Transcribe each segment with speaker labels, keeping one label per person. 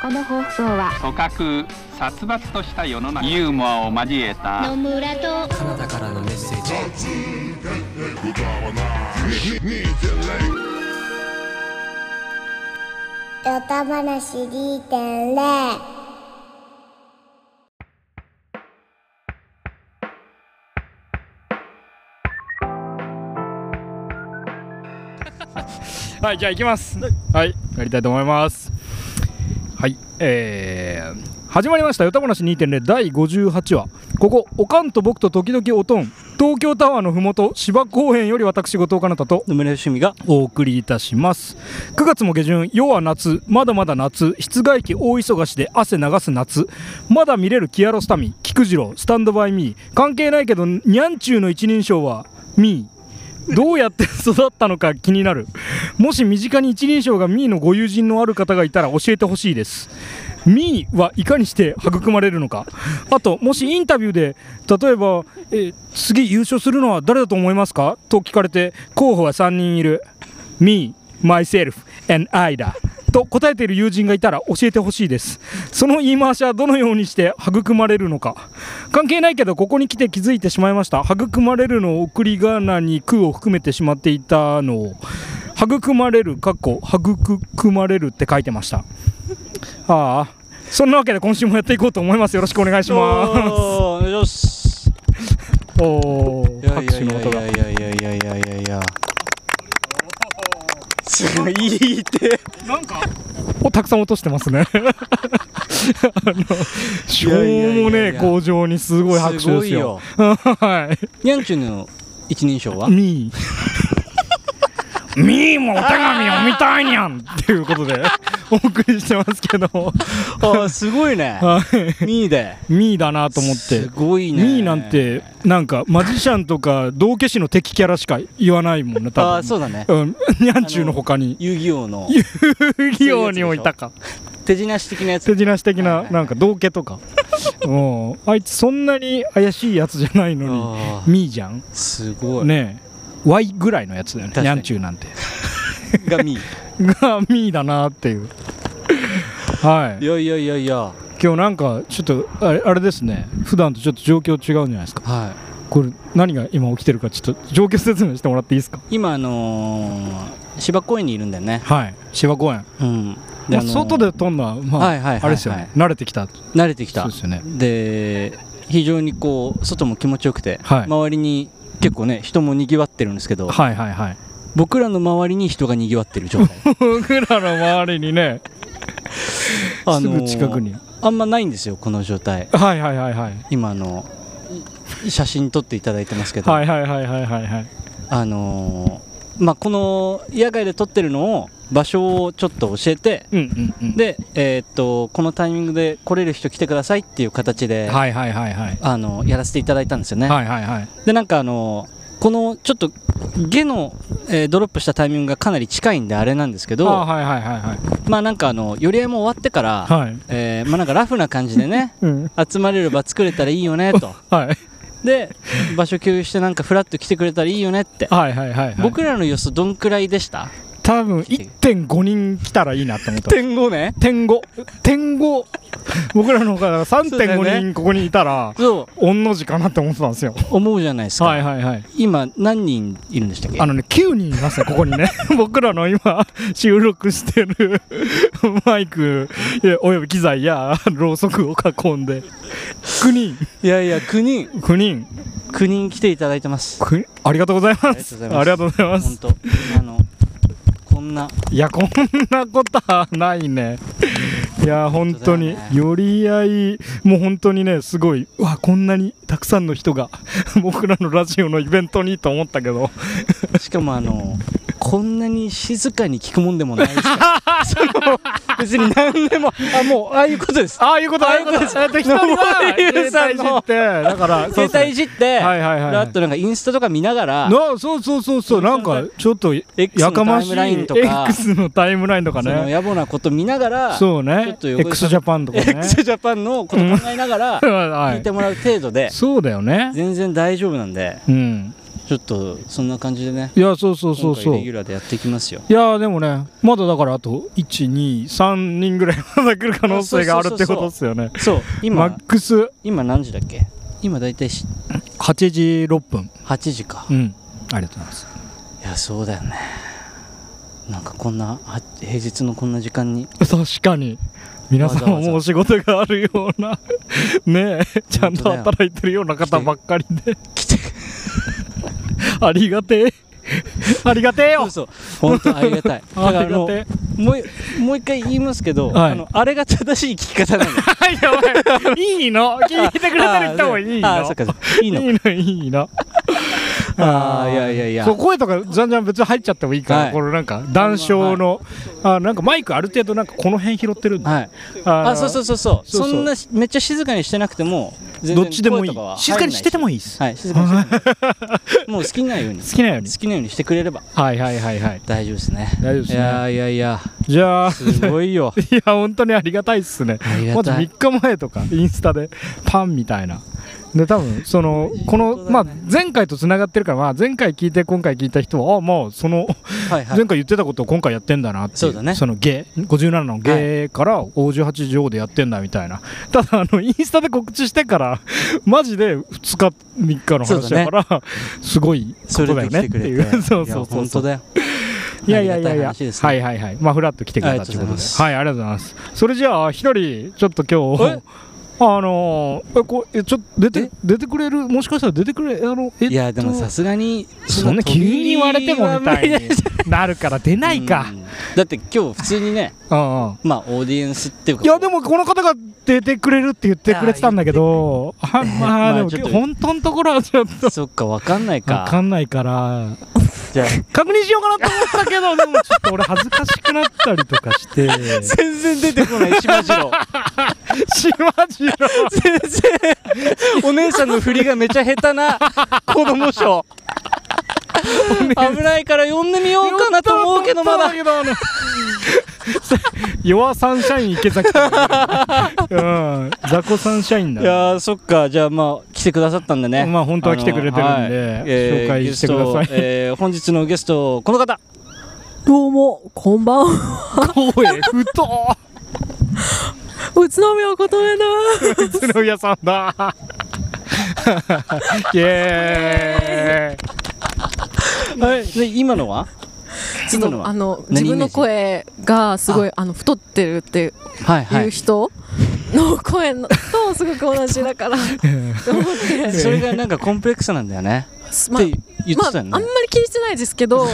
Speaker 1: この放送は
Speaker 2: 組閣殺伐とした世の中ユーモアを交えた
Speaker 3: 野村と
Speaker 4: カナダからのメッセージ
Speaker 5: ヨタ話2.0
Speaker 6: はい、じゃあ行きます。はい、やりたいと思います。はい、えー、始まりました、よた話2.0第58話。ここ、おかんと僕と時々おとん、東京タワーのふもと、芝公園より私、後藤かなたと
Speaker 4: 野村よしみが
Speaker 6: お送りいたします。9月も下旬、世は夏、まだまだ夏、室外機大忙しで汗流す夏、まだ見れるキアロスタミ、菊次郎、スタンドバイミー、関係ないけど、にゃんちゅうの一人称は、ミー。どうやって育ったのか気になるもし身近に一人称がミーのご友人のある方がいたら教えてほしいですミーはいかにして育まれるのかあともしインタビューで例えば「え次優勝するのは誰だと思いますか?」と聞かれて候補は3人いる「ミー myself and I だ」と答えている友人がいたら教えてほしいですその言い回しはどのようにして育まれるのか関係ないけどここに来て気づいてしまいました育まれるの送り仮名に「空」を含めてしまっていたのを育まれるかっこ育まれるって書いてましたああそんなわけで今週もやっていこうと思いますよろしくお願いします
Speaker 4: お願いします
Speaker 6: おお
Speaker 4: いやい
Speaker 6: 拍
Speaker 4: や
Speaker 6: 手
Speaker 4: い
Speaker 6: の音が
Speaker 4: やいやいやいやいやいやいやすごいいいって
Speaker 6: なんかおたくさん落としてま すねあのしょう
Speaker 4: い
Speaker 6: も
Speaker 4: やいやいや
Speaker 6: ね
Speaker 4: い
Speaker 6: え
Speaker 4: や
Speaker 6: 工場にすごい拍手ですよ はい
Speaker 4: にゃんちゅうの一人称は
Speaker 6: ミーミーもお手紙を見たいにゃんっていうことで お送りしてますけど
Speaker 4: あすごいね
Speaker 6: は
Speaker 4: ミーで
Speaker 6: いミーだなと思って
Speaker 4: すごいね
Speaker 6: ミーなんてなんかマジシャンとか道化師の敵キャラしか言わないもんね多分
Speaker 4: あそうだね
Speaker 6: うん、にゃんちゅうの他に
Speaker 4: 遊戯王の
Speaker 6: 遊戯王に置いたか
Speaker 4: 手品師的なやつ
Speaker 6: 手品師的ななんか道化とか うんあいつそんなに怪しいやつじゃないの
Speaker 4: あ
Speaker 6: にミーじゃん
Speaker 4: ーすごい
Speaker 6: ねえ Y ぐらいのやつだよ
Speaker 4: 確か
Speaker 6: ね
Speaker 4: に
Speaker 6: にゃんちゅうなんて
Speaker 4: がミー
Speaker 6: がミーだなっていうはい
Speaker 4: いやいやいやいや
Speaker 6: 今日なんかちょっとあれあれですね普段とちょっと状況違うんじゃないですか
Speaker 4: はい
Speaker 6: これ何が今起きてるかちょっと状況説明してもらっていいですか
Speaker 4: 今あのー、芝公園にいるんだよね。
Speaker 6: はい芝公園、
Speaker 4: うん。
Speaker 6: まあ
Speaker 4: あのー
Speaker 6: 外で飛んだまあ、
Speaker 4: はいはいはいはい
Speaker 6: あれですよね慣れてきた
Speaker 4: 慣れてきた。
Speaker 6: そうですよね
Speaker 4: で非常にこう外も気持ちよくて、
Speaker 6: はい
Speaker 4: 周りに結構ね人も賑わってるんですけど、
Speaker 6: はいはいはい
Speaker 4: 僕らの周りに人が賑わってる状態。
Speaker 6: 僕らの周りにね、
Speaker 4: あのー
Speaker 6: すぐ近くに
Speaker 4: あんまないんですよこの状態。
Speaker 6: はいはいはいはい
Speaker 4: 今あのい写真撮っていただいてますけど、
Speaker 6: はいはいはいはいはいはい
Speaker 4: あのー、まあこの野外で撮ってるのを場所をちょっと教えて。
Speaker 6: うんうんうん
Speaker 4: で、えーっとこのタイミングで来れる人来てくださいっていう形で、
Speaker 6: はいはいはいはい
Speaker 4: あのやらせていただいたんですよね、
Speaker 6: はいはいはい
Speaker 4: でなんかあのこのちょっと下の、えードロップしたタイミングがかなり近いんであれなんですけど
Speaker 6: あはいはいはいはい
Speaker 4: まあなんかあの寄り合いも終わってから、
Speaker 6: はい
Speaker 4: えーまあなんかラフな感じでね
Speaker 6: うん
Speaker 4: 集まれる場作れたらいいよねと
Speaker 6: はい
Speaker 4: で場所共有してなんかフラッと来てくれたらいいよねって、
Speaker 6: はいはいはいはい
Speaker 4: 僕らの予想どんくらいでした
Speaker 6: 多分1.5人来たらいいなと思 った
Speaker 4: 点5ね
Speaker 6: 点五点五僕らの方が
Speaker 4: そうだよ
Speaker 6: 3.5
Speaker 4: ね
Speaker 6: 人ここにいたら
Speaker 4: そ
Speaker 6: 御の字かなって思ってたんですよ
Speaker 4: う思うじゃないですか、
Speaker 6: はいはいはい
Speaker 4: 今何人いるんでしたっけ
Speaker 6: あのね9人いますねここにね 僕らの今収録してる マイクいやおよび機材やろうそくを囲んで9人
Speaker 4: いやいや9人
Speaker 6: 9人
Speaker 4: 9人来ていただいてます
Speaker 6: くありがとうございますあ
Speaker 4: あ
Speaker 6: り
Speaker 4: りが
Speaker 6: がと
Speaker 4: と
Speaker 6: う
Speaker 4: う
Speaker 6: ございま
Speaker 4: 本
Speaker 6: す
Speaker 4: 当あのこんない
Speaker 6: やこんなことはないねいや本当に
Speaker 4: 本当だ
Speaker 6: 寄り合いもう本当にねすごいうわこんなにたくさんの人が 僕らのラジオのイベントにと思ったけど
Speaker 4: しかもあのこんなに静かに聞くもんでも ないですからその別に何でもあもうああいうことです
Speaker 6: ああいうことああいうことです適当に
Speaker 4: 登りゆうさんの
Speaker 6: 携帯いじって だからそう
Speaker 4: 携帯いじって
Speaker 6: はいはいはい
Speaker 4: ラッとなんかインスタとか見ながら
Speaker 6: なそうそうそうそうなんかちょっとや
Speaker 4: X の
Speaker 6: か
Speaker 4: タ
Speaker 6: ま
Speaker 4: イ
Speaker 6: し
Speaker 4: ム
Speaker 6: い
Speaker 4: ラインとか
Speaker 6: X のタイムラインとか
Speaker 4: その
Speaker 6: ね
Speaker 4: 野暮なこと見ながら
Speaker 6: そう
Speaker 4: ちょ
Speaker 6: ね
Speaker 4: っと横で
Speaker 6: X ジャパン とかね
Speaker 4: x ジャパンのこと考えながら
Speaker 6: は
Speaker 4: 聞い
Speaker 6: い
Speaker 4: てもらう程度で
Speaker 6: そうだよね
Speaker 4: 全然大丈夫なんで
Speaker 6: うん
Speaker 4: ちょっとそんな感じでね
Speaker 6: いやそうそうそう
Speaker 4: 今
Speaker 6: そう
Speaker 4: 回レギュラーでやっていきますよ
Speaker 6: いやーでもねまだだからあと123人ぐらい まだ来る可能性があるってことですよね
Speaker 4: そう
Speaker 6: マ
Speaker 4: 今
Speaker 6: ックス
Speaker 4: 今何時だっけ今大体し
Speaker 6: 8時6分
Speaker 4: 8時か
Speaker 6: うんありがとうございます
Speaker 4: いやそうだよねなんかこんなは平日のこんな時間に
Speaker 6: 確かに皆さん
Speaker 4: わざわ
Speaker 6: は
Speaker 4: ざ
Speaker 6: もう仕事があるようなねえちゃんと働いてるような方ばっかりで
Speaker 4: 来て
Speaker 6: ありがてえありがてえ
Speaker 4: そ
Speaker 6: よ
Speaker 4: うそう本当ありがたいだ
Speaker 6: あ
Speaker 4: から
Speaker 6: りが
Speaker 4: も
Speaker 6: てえ
Speaker 4: うもういもう一回言いますけど、
Speaker 6: はい
Speaker 4: あのあれが正しい聞き方な の
Speaker 6: はいやばいいいの聞いてくれてる人もいいの
Speaker 4: あーそっかそっかいいの
Speaker 6: いいのいいの
Speaker 4: あーいやいやいや
Speaker 6: そう声とかじゃんじゃん別に入っちゃってもいいから、
Speaker 4: はい
Speaker 6: このなんか談笑の、あなんかマイクある程度なんかこの辺拾ってるんだ、
Speaker 4: はい
Speaker 6: あ
Speaker 4: あそうそうそうそう
Speaker 6: そ
Speaker 4: そ
Speaker 6: うそうん
Speaker 4: なしめっちゃ静かにしてなくても全然
Speaker 6: どっちでも
Speaker 4: 声
Speaker 6: いい
Speaker 4: とは
Speaker 6: 静かにしててもいいです、
Speaker 4: 入らないしはい静かにしててもい いもう好きなように
Speaker 6: 好きなように
Speaker 4: 好きなようにしてくれれば
Speaker 6: はいはいはいはい
Speaker 4: 大丈夫ですね
Speaker 6: 大丈夫ですね
Speaker 4: いやいやいや
Speaker 6: じゃあ
Speaker 4: すごいよ
Speaker 6: いや本当にありがたいっすね
Speaker 4: あり
Speaker 6: ま
Speaker 4: が
Speaker 6: ず
Speaker 4: たい
Speaker 6: 3日前とかインスタでパンみたいなで多分そのこの、まあ、前回とつながってるから、まあ、前回聞いて今回聞いた人はあもうその
Speaker 4: はいはい
Speaker 6: 前回言ってたことを今回やってんだなってい
Speaker 4: そうだね
Speaker 6: そのゲー57のゲーから58条でやってんだみたいなただ あのインスタで告知してからマジで2日3日の話だからすごいこ
Speaker 4: そ
Speaker 6: と
Speaker 4: れで
Speaker 6: だよ
Speaker 4: 来
Speaker 6: ね
Speaker 4: て
Speaker 6: って
Speaker 4: くれ
Speaker 6: いう
Speaker 4: て
Speaker 6: そうそう
Speaker 4: いや
Speaker 6: そう
Speaker 4: 本
Speaker 6: そ
Speaker 4: 当
Speaker 6: う
Speaker 4: だよ
Speaker 6: いやいやいやい
Speaker 4: ありが
Speaker 6: や、
Speaker 4: たい話ですね
Speaker 6: はいはいはい、まあフラッと来てくれたということ
Speaker 4: ありがとうござい
Speaker 6: で、
Speaker 4: ます
Speaker 6: はい、ありがとうございます。それじゃあ一人ちょっと今日
Speaker 4: え、
Speaker 6: あのー、えこえちょっと出て
Speaker 4: え
Speaker 6: 出てくれるもしかしたら出てくれあのえっと
Speaker 4: いやでもさすがに
Speaker 6: そんな急に言われてもみたい
Speaker 4: 飛び入りは無理
Speaker 6: に
Speaker 4: だし
Speaker 6: なるから出ないか
Speaker 4: う。んだって今日普通にね
Speaker 6: うんうん。
Speaker 4: まあオーディエンスっていうか
Speaker 6: いやでもこの方が出てくれるって言ってくれてたんだけど、
Speaker 4: 言
Speaker 6: あ
Speaker 4: ってくれ
Speaker 6: まあ
Speaker 4: え
Speaker 6: で
Speaker 4: ーま
Speaker 6: も
Speaker 4: あちょっと
Speaker 6: 本当のところはちょっと。
Speaker 4: そっかわかんない
Speaker 6: わか
Speaker 4: か
Speaker 6: んないから
Speaker 4: じゃあ
Speaker 6: 確認しようかなと思ったけどでもちょっと俺恥ずかしくなったりとかして
Speaker 4: 全然出てこ ないしまじろう
Speaker 6: 島次郎
Speaker 4: 全然 お姉さんの振りがめちゃ下手 な子供賞危ないから呼んでみようかなと思うけどまだ
Speaker 6: 弱サンシャイン池崎 とかねうん雑魚サンシャイン
Speaker 4: い
Speaker 6: だね
Speaker 4: やーそっかじゃあまあ来てくださったんでね
Speaker 6: まあ本当は来てくれてるんで
Speaker 4: あのはいえー
Speaker 6: 紹介してください
Speaker 4: ゲストえー本日のゲストこの方
Speaker 1: どうも、こんばんは。
Speaker 6: 声ふと
Speaker 1: 宇都宮琴音だ。
Speaker 6: 宇都宮さんだイエーイ
Speaker 4: はいで今のは
Speaker 1: ちょ
Speaker 4: 今
Speaker 1: っ
Speaker 4: の
Speaker 1: と
Speaker 4: は
Speaker 1: あの
Speaker 4: 何
Speaker 1: 自分の声がすごいあの太ってるって
Speaker 4: はいはいいう
Speaker 1: 人の声のとすごく同じだからと思って、
Speaker 4: それがなんかコンプレックスなんだよね
Speaker 1: す
Speaker 4: っ
Speaker 1: まあ
Speaker 4: て言ってたよね
Speaker 1: まああんまり気にしてないですけど、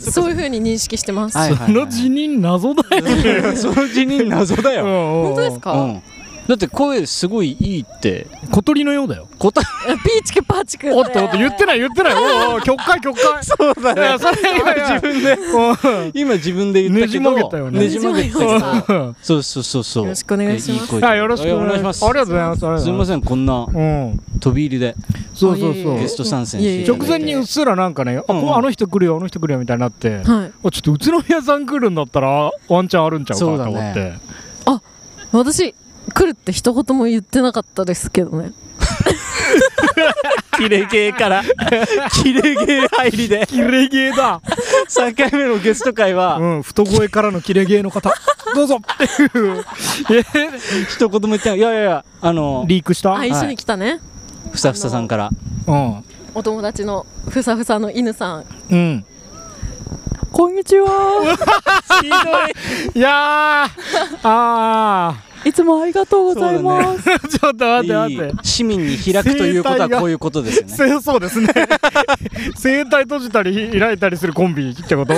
Speaker 1: そういう風に認識してます。
Speaker 4: はいはい
Speaker 6: その辞任謎だよね
Speaker 4: はいその辞任謎だよ
Speaker 1: 本
Speaker 6: 本
Speaker 1: 当ですか？
Speaker 4: うんだって声すごいいいって
Speaker 6: 小鳥のようだよ
Speaker 4: 答
Speaker 1: ピーチクパーチクって。
Speaker 6: おっとおっと言ってない言ってないおいおい曲解曲解そうだねそれ今自分で
Speaker 4: え今自分で言ったけど
Speaker 6: ねじ曲げたよね
Speaker 4: ねじ曲げたけ
Speaker 1: ねじ曲げまし
Speaker 4: ど
Speaker 1: た
Speaker 6: うん
Speaker 4: そうそうそうそう
Speaker 1: よろしくお願いします
Speaker 4: 声で
Speaker 6: はいよろしく
Speaker 4: お願いします
Speaker 6: ありがとうございますありがとうございます
Speaker 4: すみませんこんな
Speaker 6: うん
Speaker 4: 飛び入りで
Speaker 6: そうそう
Speaker 1: あいえい
Speaker 6: そ
Speaker 1: え
Speaker 6: う
Speaker 4: ゲスト参戦していただい
Speaker 6: 直
Speaker 4: て
Speaker 6: 前にうっすらなんかね、あ
Speaker 4: うんうん
Speaker 6: こあの人来るよあの人来るよみたいになって、あ
Speaker 1: は
Speaker 6: ち
Speaker 1: い。
Speaker 6: ょっと宇都宮さん来るんだったらワンチャンあるんちゃうかと思っ
Speaker 4: そうだ
Speaker 6: て、
Speaker 1: 私来るって一言も言ってなかったですけどね。
Speaker 4: キレゲーからキレゲー入りで
Speaker 6: キレゲーだ、
Speaker 4: 3回目のゲスト会
Speaker 6: う
Speaker 4: は
Speaker 6: ん、太声からのキレゲーの 方どうぞっていう
Speaker 4: 一言も言ってないいやいやいやあの
Speaker 6: リークした、
Speaker 1: あ一緒に来たね。
Speaker 4: ふさふささんから
Speaker 6: うん
Speaker 1: お友達のふさふさの犬さん。
Speaker 6: うん
Speaker 1: こんにちは。
Speaker 4: ひどい
Speaker 6: いやーあ
Speaker 1: いつもありがとうご。
Speaker 4: ざいます
Speaker 6: ー ちょっと待って待って
Speaker 4: 市民に開くということはこういうことですよね
Speaker 6: せそうですね 声帯閉じたり開いたりするコンビって こと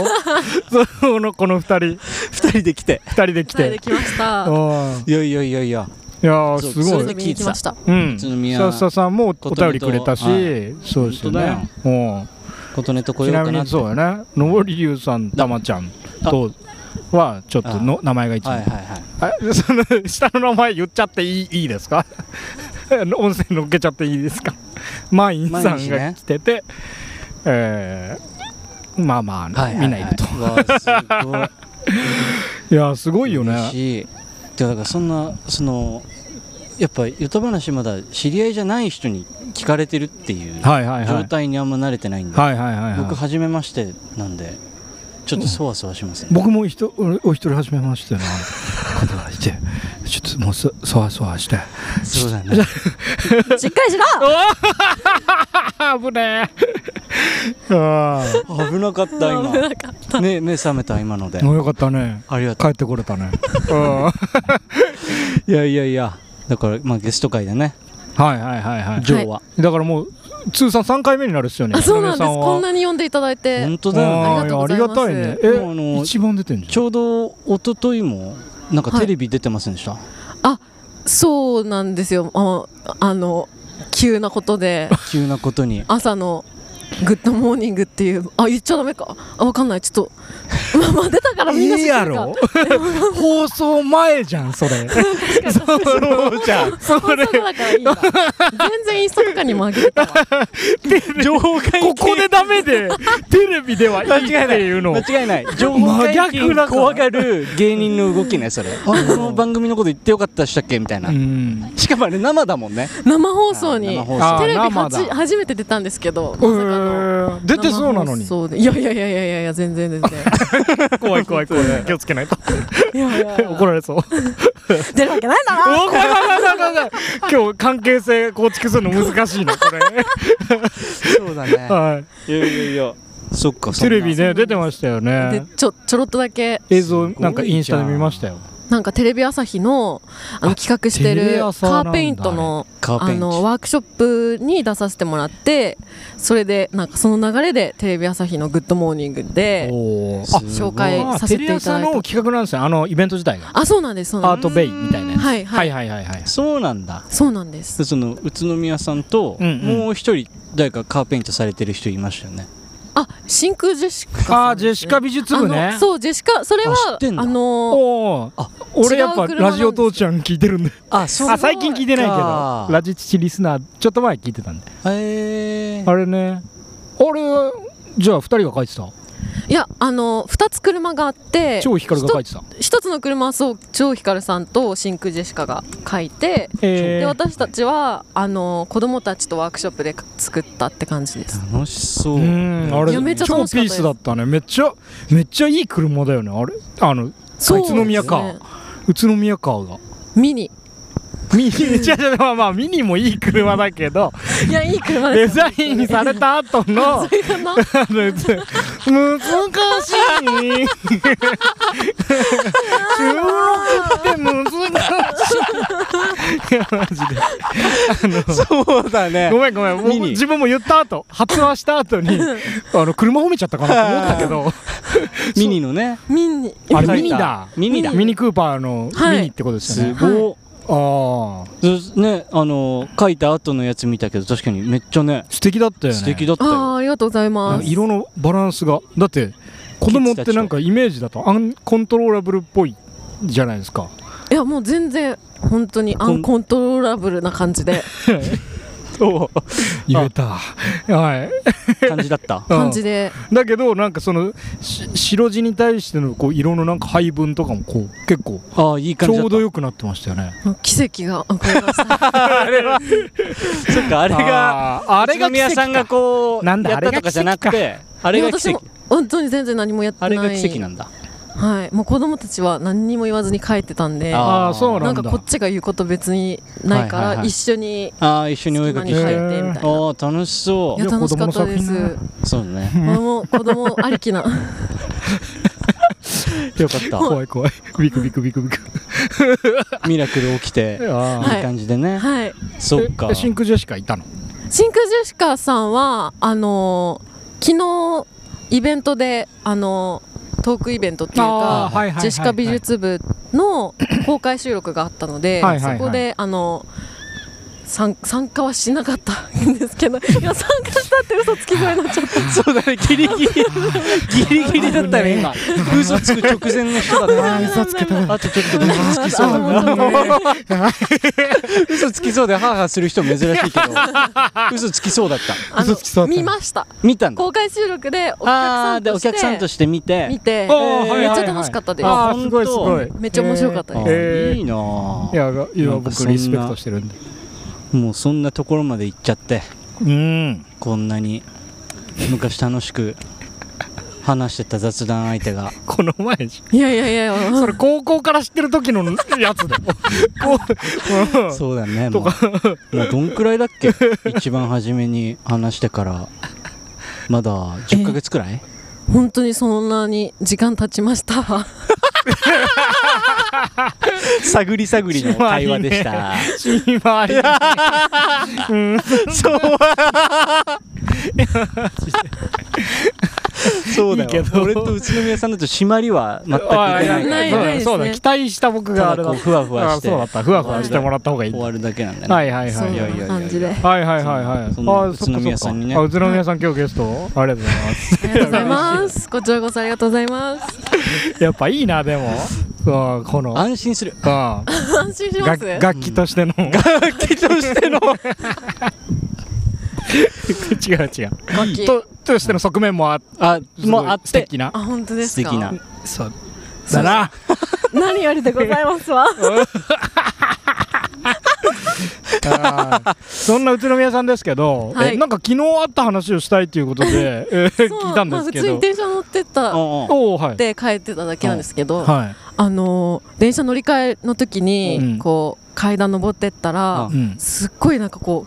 Speaker 6: そのこの2人
Speaker 4: 二人で来て
Speaker 6: 2人で来
Speaker 1: 伝えて
Speaker 6: て
Speaker 1: きました。
Speaker 6: うん
Speaker 4: いやいやいやいや
Speaker 6: いやーす
Speaker 4: そう
Speaker 6: ごい
Speaker 1: 遊びに行きました。
Speaker 6: うん、
Speaker 4: 宇都宮
Speaker 6: さささんもお便りくれたし、
Speaker 4: こと
Speaker 6: そうですよね。うん
Speaker 4: 琴音と来
Speaker 6: ち
Speaker 4: よ
Speaker 6: な
Speaker 4: うか
Speaker 6: み
Speaker 4: なって
Speaker 6: にそうだね、のぼりゆうさん、たまちゃんとはちょっとの名前が一
Speaker 4: はいはい
Speaker 6: 番。
Speaker 4: はい
Speaker 6: あその下の名前言っちゃっていいいいですか？ 音声乗っけちゃっていい ですか？マインさ
Speaker 4: マイン
Speaker 6: ん
Speaker 4: 氏
Speaker 6: が
Speaker 4: ね
Speaker 6: 来てて、えーまあまあ、
Speaker 4: はいは
Speaker 6: みんないると。
Speaker 4: はわあすごい
Speaker 6: いやすごいよ
Speaker 4: 嬉
Speaker 6: ね。
Speaker 4: しいでだからそんなそのやっぱヨタ話まだ知り合いじゃない人に聞かれてるっていう
Speaker 6: はいはいは
Speaker 4: 状
Speaker 6: い
Speaker 4: 態にあんま慣れてないんで、
Speaker 6: はいはいはいはい
Speaker 4: 僕初めましてなんでちょっとそわそわしますね、
Speaker 6: 僕もひとおお一人始めまして なことがいてちょっともうそそわそわ して
Speaker 4: そうだ ね
Speaker 1: しっかりしろ
Speaker 6: あぶねえ あ
Speaker 4: 危なかった今
Speaker 1: 危なかった
Speaker 4: ね目覚めた今ので
Speaker 6: あもうよかったね
Speaker 4: ありがと
Speaker 6: 帰ってこれたねうんは
Speaker 4: ういやいやいやだからまあゲスト会でね
Speaker 6: いはいはいは
Speaker 4: ジョーは、
Speaker 6: いだからもう通算3回目になるっすよね
Speaker 1: あそうなんです
Speaker 6: 井上さは
Speaker 1: こんなに読んでいただいて
Speaker 4: 本当だよね
Speaker 1: ありがとうございます
Speaker 6: あーやありがたい
Speaker 4: でもあ
Speaker 6: ねえ
Speaker 4: の
Speaker 6: 一番出てんじゃん
Speaker 4: ちょうど一昨日もなんかテレビ出てませんでした、
Speaker 1: そうなんですよああの急なことで
Speaker 4: 急なことに
Speaker 1: 朝の「グッドモーニング」っていうあ言っちゃダメかあわかんないちょっとまあまあ出たからみんな知っ
Speaker 6: いい
Speaker 1: てるか
Speaker 6: や ろ放送前じゃんそれそうじゃんそ
Speaker 1: 放送
Speaker 6: れ
Speaker 1: 後だからいいわ全然インスタとかにもあげてたわ
Speaker 4: 情報解
Speaker 6: ここでダメでテレビではいいっていうの
Speaker 4: 間違いない情報解
Speaker 6: 真逆
Speaker 4: 禁
Speaker 6: だから
Speaker 4: 怖がる芸人の動きねそれあこの番組のこと言ってよかったでしたっけみたいな、
Speaker 6: うん
Speaker 4: しかもあれ生だもんね
Speaker 1: 生放送に
Speaker 4: あ生放
Speaker 6: 送
Speaker 1: テレビ
Speaker 6: あ生
Speaker 1: は
Speaker 6: だ
Speaker 1: じ初めて出たんですけどまさかの
Speaker 6: 出てそうなのに
Speaker 1: 生放送でいやいやいやいやいやいや全然 全然
Speaker 6: 怖い怖い怖い気をつけないと
Speaker 1: いやいやい や
Speaker 6: 怒られそう
Speaker 1: 出るわけないだろ
Speaker 6: 怖い怖い怖い怖い怖い怖い今日関係性構築するの難しいなこれ
Speaker 4: そうだね
Speaker 6: は い
Speaker 4: いやいやいやそっかそ
Speaker 6: テ
Speaker 4: んな
Speaker 6: レビね出てましたよ
Speaker 1: で
Speaker 6: ね
Speaker 1: ちょちょろっとだけ
Speaker 6: 映像なんかインスタで見ましたよ
Speaker 1: なんかテレビ朝日のあの企画して
Speaker 6: テレ
Speaker 1: るカ
Speaker 6: 朝なんだ
Speaker 1: ーペイントの
Speaker 4: カー
Speaker 1: あ
Speaker 4: ペンチ
Speaker 1: のワークショップに出させてもらってそれでなんかその流れでテレビ朝日の「グッドモーニングで」
Speaker 6: おー
Speaker 4: すごい
Speaker 1: 紹介
Speaker 6: あテ
Speaker 1: させて
Speaker 6: レ
Speaker 1: いただい
Speaker 6: 朝
Speaker 1: た
Speaker 6: の企画なんですよあのイベント自体が
Speaker 1: あそうなんですそう
Speaker 6: ア
Speaker 1: なん
Speaker 6: ー
Speaker 1: で
Speaker 6: トベイみたいなや
Speaker 1: す
Speaker 6: つ
Speaker 1: はい
Speaker 6: は
Speaker 1: はいい
Speaker 6: はいはいはい
Speaker 4: そうなんだ
Speaker 1: そうなんです
Speaker 4: でその宇都宮さんと、
Speaker 6: うんうん
Speaker 4: もう一人誰かカーペイントされてる人いましたよね
Speaker 1: あ真空ジェシカ
Speaker 6: あ
Speaker 1: さ
Speaker 6: ー
Speaker 1: ん
Speaker 6: ジェシカ美術
Speaker 1: あ
Speaker 6: 部ね
Speaker 1: のそうジェシカそれ
Speaker 4: あ知
Speaker 1: は
Speaker 4: ってんだ
Speaker 1: あの
Speaker 6: おお
Speaker 4: あ
Speaker 6: 俺やっ
Speaker 1: 違
Speaker 6: ぱ
Speaker 1: う車な
Speaker 6: ラ
Speaker 1: んです
Speaker 6: ジオ父ちゃん聞いてるんで
Speaker 4: あそ
Speaker 6: あ最近聞いてないけ
Speaker 4: あー
Speaker 6: どラジ父リスナーちょっと前聞いてたんで
Speaker 4: へえ
Speaker 6: あれねあれじゃあ2人が書いてた
Speaker 1: いやあの2つ車があって
Speaker 6: 超光が書いてた
Speaker 1: 一つの車はそう超ひかるさんと真空ジェシカが書いて
Speaker 6: え
Speaker 1: で
Speaker 6: ー
Speaker 1: 私たちはあの子供たちとワークショップで作ったって感じです
Speaker 4: 楽しそうう
Speaker 6: ーんあ
Speaker 1: いや
Speaker 6: れ
Speaker 1: めっちゃ
Speaker 6: 超
Speaker 1: 楽し
Speaker 6: ピー
Speaker 1: かったです
Speaker 6: スだったねめっちゃめっちゃいい車だよねあれあの
Speaker 1: そう
Speaker 6: 宇都宮か
Speaker 1: ですね
Speaker 6: 宇都宮カーが
Speaker 1: ミニ
Speaker 6: ミ ニ違う違うまあまあミニもいい車だけ ど
Speaker 1: いやいい車
Speaker 6: デ
Speaker 1: です
Speaker 6: ザインされた後のあ
Speaker 1: それかな
Speaker 6: のつ難し い収録って難 しいいやマジで
Speaker 4: そうだね
Speaker 6: ごめんごめん
Speaker 4: ミ
Speaker 6: 僕
Speaker 4: ニ
Speaker 6: 自分も言った後発話した後にあの車褒めちゃったかなと思った
Speaker 4: ミニのね
Speaker 1: ミニ
Speaker 6: けどあれ
Speaker 4: ミ
Speaker 6: ミニ
Speaker 4: ニ
Speaker 6: だ
Speaker 4: だミニだ
Speaker 6: ミニクーパーの
Speaker 1: はい
Speaker 6: ミニってことです
Speaker 4: す
Speaker 6: よね、
Speaker 4: ごっ
Speaker 6: ああ
Speaker 4: そうねあの書いた後のやつ見たけど確かにめっちゃね
Speaker 6: 素敵だったよね
Speaker 4: 素敵だった
Speaker 1: あ
Speaker 4: よ
Speaker 1: あありがとうござい
Speaker 6: なん
Speaker 1: ま
Speaker 6: か
Speaker 1: す
Speaker 6: 色のバランスがだって子供ってなんかイメージだとアンコントローラブルっぽいじゃないですか
Speaker 1: いやもう全然本当にアンコントローラブルな感じで
Speaker 4: そう
Speaker 6: 言えたはい
Speaker 4: 感じだった
Speaker 1: 感じで
Speaker 6: だけどなんかそのし白地に対してのこう色のなんか配分とかもこう結構
Speaker 4: ああいい
Speaker 6: ち
Speaker 4: 感じだっ
Speaker 6: ょう
Speaker 4: た
Speaker 6: ど良くなってましたよね
Speaker 1: 奇跡が起こりま した
Speaker 4: あれはそっかあれが
Speaker 6: あーあ
Speaker 4: あ
Speaker 6: れ
Speaker 4: れ
Speaker 6: が
Speaker 4: が
Speaker 6: 奇
Speaker 4: 宮
Speaker 6: 跡
Speaker 4: さんがこう
Speaker 6: なんだ
Speaker 4: やったとかじゃなくてあれ
Speaker 1: いや
Speaker 4: が
Speaker 1: 私
Speaker 4: 奇
Speaker 1: も
Speaker 4: 跡
Speaker 1: 本当に全然何もやってな
Speaker 4: あ
Speaker 1: い
Speaker 4: れが奇跡なんだ
Speaker 1: はいもう子供たちは何にも言わずに帰ってたんで
Speaker 4: あ
Speaker 6: ああそう
Speaker 1: な
Speaker 6: なんんだ
Speaker 1: かこっちが言うこと別にないか
Speaker 4: はいはいは
Speaker 1: ら
Speaker 4: い
Speaker 1: 一緒に
Speaker 4: ああ一緒にお絵
Speaker 1: 隙
Speaker 4: か
Speaker 1: 間
Speaker 4: き
Speaker 1: に
Speaker 4: し
Speaker 1: 書い
Speaker 4: て
Speaker 1: てみたいな
Speaker 4: ああ楽しそ
Speaker 1: いや
Speaker 6: いや
Speaker 1: 楽しかったで
Speaker 6: 子供の作
Speaker 1: す
Speaker 4: うそうだね
Speaker 1: もう子供ありきな
Speaker 4: よかった
Speaker 6: 怖い怖いビクビクビクビク
Speaker 4: ミラクル起きて
Speaker 6: あ
Speaker 1: はい
Speaker 4: いい感じでね
Speaker 1: はい
Speaker 4: そっか
Speaker 6: え真空ジェシカいたの
Speaker 1: 真空ジェシカさんはあのー昨日イベントであのートークイベントっていう
Speaker 6: あー
Speaker 1: か
Speaker 6: はいはいはいはい
Speaker 1: ジェシカ美術部の公開収録があったので
Speaker 6: はいはいはい
Speaker 1: そこであの参参加はしなかったんで すけどいや参加したって嘘つき声になっちゃった
Speaker 4: そうだねギリギリギリギリだったね今 嘘つく直前の人だった
Speaker 6: あー 嘘つけた
Speaker 4: あとちょっとで嘘つきそうだ
Speaker 1: あ
Speaker 4: な嘘つきそうでハーハーする人珍しい けど嘘つきそうだった
Speaker 1: あの
Speaker 6: 嘘つきそうだったね
Speaker 1: 見ました
Speaker 4: 見たんだ
Speaker 1: 公開収録でお客
Speaker 4: ああ
Speaker 1: さん
Speaker 4: ーで
Speaker 1: と
Speaker 4: お
Speaker 1: して
Speaker 4: 客さんとして見て
Speaker 1: 見て
Speaker 6: あーはいはい
Speaker 1: めっ
Speaker 6: はい
Speaker 1: ちゃ楽しかったです
Speaker 6: あ
Speaker 4: あ
Speaker 6: あすごいすごい
Speaker 1: めっちゃ面白かった
Speaker 4: あー
Speaker 1: で
Speaker 6: えー
Speaker 4: いいなあ
Speaker 6: いやいや
Speaker 4: なんかそん
Speaker 6: 僕
Speaker 4: な
Speaker 6: リスペクトしてるんで
Speaker 4: もうそんなところまで行っちゃって
Speaker 6: うん
Speaker 4: こんなに昔楽しく話してた雑談相手が
Speaker 6: この前じ
Speaker 1: いやいやいや
Speaker 6: ゃんそれ高校から知ってる時のやつだよこううん
Speaker 4: そうだねもうもうどんくらいだっけ一番初めに話してからまだ10ヶ月くらい
Speaker 1: 本当にそんなに時間経ちました
Speaker 4: 探り探りの会話でし
Speaker 6: ま
Speaker 4: た
Speaker 6: あいいねちみまりねうん
Speaker 4: そうそうだよ
Speaker 6: いいけど
Speaker 4: 俺と宇都宮さんだと締まりは全くい
Speaker 6: あい
Speaker 4: か
Speaker 6: や
Speaker 4: ない
Speaker 1: な
Speaker 4: か
Speaker 1: い
Speaker 6: そう
Speaker 4: ら
Speaker 1: で
Speaker 6: だ
Speaker 1: すね
Speaker 6: そうだ期待した僕があ
Speaker 4: た
Speaker 6: れ
Speaker 4: だこ
Speaker 6: だ
Speaker 4: う
Speaker 6: っ
Speaker 4: ふわふ
Speaker 6: た
Speaker 4: わ
Speaker 6: あ
Speaker 4: して
Speaker 6: そうだったふわふわしてもらった方がいい
Speaker 4: 終わるだけなんだね
Speaker 6: はいはい
Speaker 1: そ
Speaker 6: は
Speaker 1: ん
Speaker 6: い
Speaker 4: いやいやいやい
Speaker 1: な
Speaker 4: や
Speaker 1: 感じであ
Speaker 6: はいはいはいはい
Speaker 4: そんな
Speaker 6: あそっかそっ
Speaker 4: 宇
Speaker 6: か
Speaker 4: 都宮さんにね
Speaker 6: あ宇都宮さん今日ゲストありがとうございます
Speaker 1: りがとうござい ますこちらこそありがとうございます
Speaker 6: やっぱいいなでもそうこの
Speaker 4: 安心する
Speaker 6: あ
Speaker 1: 安心します
Speaker 6: 楽楽器としての
Speaker 4: 楽器としての
Speaker 6: 違う違う
Speaker 1: 楽器
Speaker 6: ととしての側面もあ
Speaker 4: あもうあっ
Speaker 6: 素
Speaker 4: て
Speaker 6: 敵な
Speaker 1: あ本当です
Speaker 4: 素
Speaker 1: か
Speaker 4: 敵な
Speaker 6: そうだな
Speaker 1: 何よりでございま すわ
Speaker 6: あーそんな宇都宮さんですけど、
Speaker 1: はい
Speaker 6: えなんか昨日あった話をしたいということで、えー
Speaker 1: そう
Speaker 6: 聞いたんですけ
Speaker 1: まあ、普通
Speaker 6: ど
Speaker 1: に、電車乗ってったっ
Speaker 4: おうおう
Speaker 6: おおはい
Speaker 1: て帰ってただけなんですけど、
Speaker 6: は
Speaker 1: あのー電車乗り換えの時に、
Speaker 6: うん
Speaker 1: こう階段登ってったら、
Speaker 4: う
Speaker 6: い、うん、
Speaker 1: すっごいなんかこ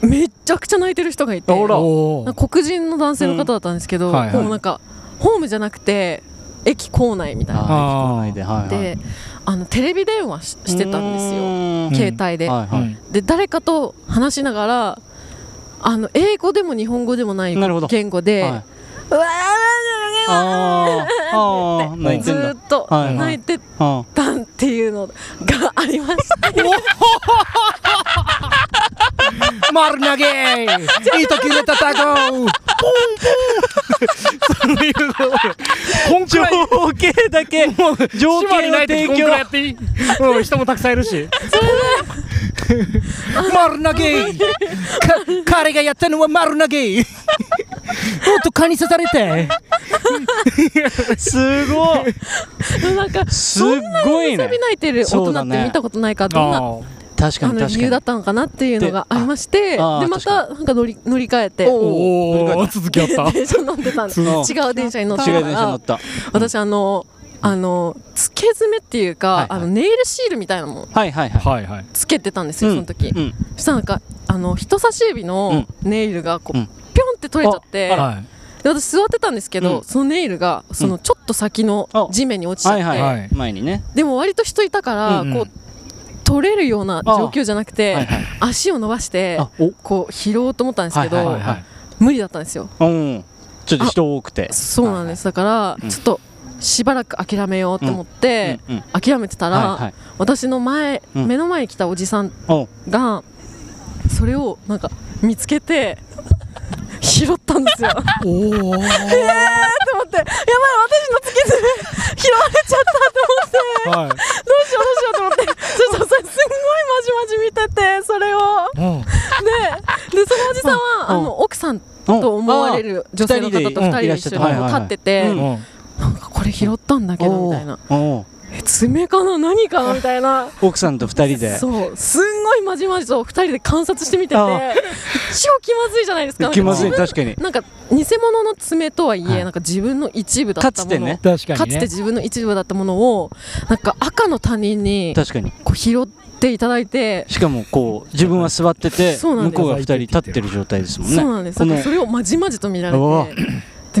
Speaker 1: うめっちゃくちゃ泣いてる人がいて
Speaker 6: お
Speaker 1: なん
Speaker 6: ー
Speaker 1: か黒人の男性の方だったんですけ
Speaker 6: う
Speaker 1: ど、
Speaker 6: んはいはい
Speaker 1: もうなんかホームじゃなくて駅構内みたいな
Speaker 4: あー聞こえないではいはい
Speaker 1: であのテレビ電話ししてたんです
Speaker 4: う
Speaker 1: よ
Speaker 4: ーん
Speaker 1: 携帯で、
Speaker 4: はいは
Speaker 6: うん
Speaker 4: い
Speaker 1: で誰かと話しながらあの英語でも日本語でもない
Speaker 4: なるほど
Speaker 1: 言語で「
Speaker 4: はいう
Speaker 1: わ
Speaker 4: あーあー
Speaker 1: ー!」
Speaker 4: 泣い
Speaker 1: ず
Speaker 4: てんだ
Speaker 1: ーっと
Speaker 4: はいはい
Speaker 1: 泣いて
Speaker 4: あ
Speaker 1: たっていうのがありました
Speaker 6: 丸投げ糸切れたタコポンポンそういうこんく
Speaker 4: 情
Speaker 6: らい
Speaker 4: 景だけ情
Speaker 6: 縛
Speaker 4: 景
Speaker 6: り
Speaker 4: の
Speaker 6: ない
Speaker 4: 提
Speaker 6: でこんく
Speaker 4: 供
Speaker 6: らいやっていいうん人もたくさんいるし丸投げか彼がやったのは丸投げもっと蚊に刺されて
Speaker 4: すごい
Speaker 1: なんか
Speaker 4: すっごいね
Speaker 1: 錆び泣いてる大
Speaker 4: そう
Speaker 1: 人
Speaker 4: だ
Speaker 1: って
Speaker 4: ね
Speaker 1: 見たことないからどんな
Speaker 6: あ
Speaker 4: 確か
Speaker 1: あ
Speaker 4: に
Speaker 1: の理由
Speaker 4: 確
Speaker 1: だ
Speaker 4: か
Speaker 1: ったのかなっていうのがありましてで
Speaker 4: でああ
Speaker 1: またなんか乗り乗り換えて
Speaker 6: ーおー続きあった
Speaker 1: 電車乗ってたんです
Speaker 4: うん
Speaker 1: 違う電車に乗って
Speaker 4: に違
Speaker 1: た
Speaker 4: う
Speaker 1: か
Speaker 4: 電車乗
Speaker 1: ら
Speaker 4: った
Speaker 1: 私あのあの付け爪っていうか、
Speaker 4: はいはい
Speaker 1: あのネイルシールみたいなのも
Speaker 4: はいはいはい
Speaker 6: はいはい
Speaker 1: つけてたんですよ、
Speaker 4: うん
Speaker 1: その時、
Speaker 4: うん
Speaker 1: そしたらなんかあの人差し指のネイルがこう、
Speaker 4: うん
Speaker 1: ピョンって取れちゃって、
Speaker 4: ああら
Speaker 6: は
Speaker 1: で私座ってたんですけど、
Speaker 4: うん
Speaker 1: そのネイルがそのちょっと先の
Speaker 4: あ
Speaker 1: 地面に落ちちゃ
Speaker 4: は
Speaker 1: って、
Speaker 4: いはい
Speaker 6: は
Speaker 4: はいい前にね
Speaker 1: でも割と人いたから、
Speaker 6: うんうん
Speaker 1: こう取れるような状況じゃなくて、
Speaker 4: はいはい
Speaker 1: 足を伸ばして
Speaker 4: あお
Speaker 1: こう拾おうと思ったんですけど、
Speaker 4: はい
Speaker 6: はいはい
Speaker 1: 無理だったんですよ
Speaker 4: うんちょっと人多くて
Speaker 1: そうなんです、だから、
Speaker 4: うん
Speaker 1: ちょっとしばらく諦めようと思って、
Speaker 4: うんうん
Speaker 1: 諦めてたら、
Speaker 4: はいはい
Speaker 1: 私の前、
Speaker 4: うん
Speaker 1: 目の前に来たおじさん
Speaker 4: おう
Speaker 1: がそれをなんか見つけて 拾ったん ですよ。
Speaker 6: おお
Speaker 1: えーって思ってやばい私の付け爪 拾われちゃったと思って
Speaker 6: はい
Speaker 1: どうしようどうしようと思ってそしたらそれすんごいまじまじ見ててそれを
Speaker 6: うん
Speaker 1: ででそのおじさんはあ
Speaker 4: うん
Speaker 1: の奥さんと思われる女性の方と
Speaker 4: あー
Speaker 1: 2人
Speaker 4: うん
Speaker 1: で一緒に
Speaker 4: いらっしゃった
Speaker 1: こう立ってて
Speaker 4: はいはいはい
Speaker 1: なん
Speaker 6: うん
Speaker 1: かこれ拾ったんだけどみたいな
Speaker 4: おうおう
Speaker 1: え爪かな何かなみたいな
Speaker 4: 奥さんと二人で
Speaker 1: そうすんごいまじまじと2人で観察してみてて
Speaker 4: あー
Speaker 1: 超気まずいじゃないですか
Speaker 4: 気まずい
Speaker 1: なんか
Speaker 4: 確かに
Speaker 1: 自分なんか偽物の爪とはいえ、
Speaker 4: はい
Speaker 1: なんか自分の一部だ
Speaker 4: か
Speaker 1: った
Speaker 4: つ
Speaker 1: もの
Speaker 4: てね
Speaker 6: 確かにね
Speaker 1: かつて自分の一部だったものをなんか赤の他人に
Speaker 4: 確かに
Speaker 1: こう拾っていただいて、
Speaker 4: しかもこう自分は座ってて
Speaker 1: そうなん
Speaker 4: 向
Speaker 1: です
Speaker 4: こうが二人立ってる状態ですもんね
Speaker 1: そうなんです
Speaker 4: こ
Speaker 1: なん
Speaker 4: の
Speaker 1: かそれをまじまじと見られ
Speaker 4: うわ
Speaker 1: て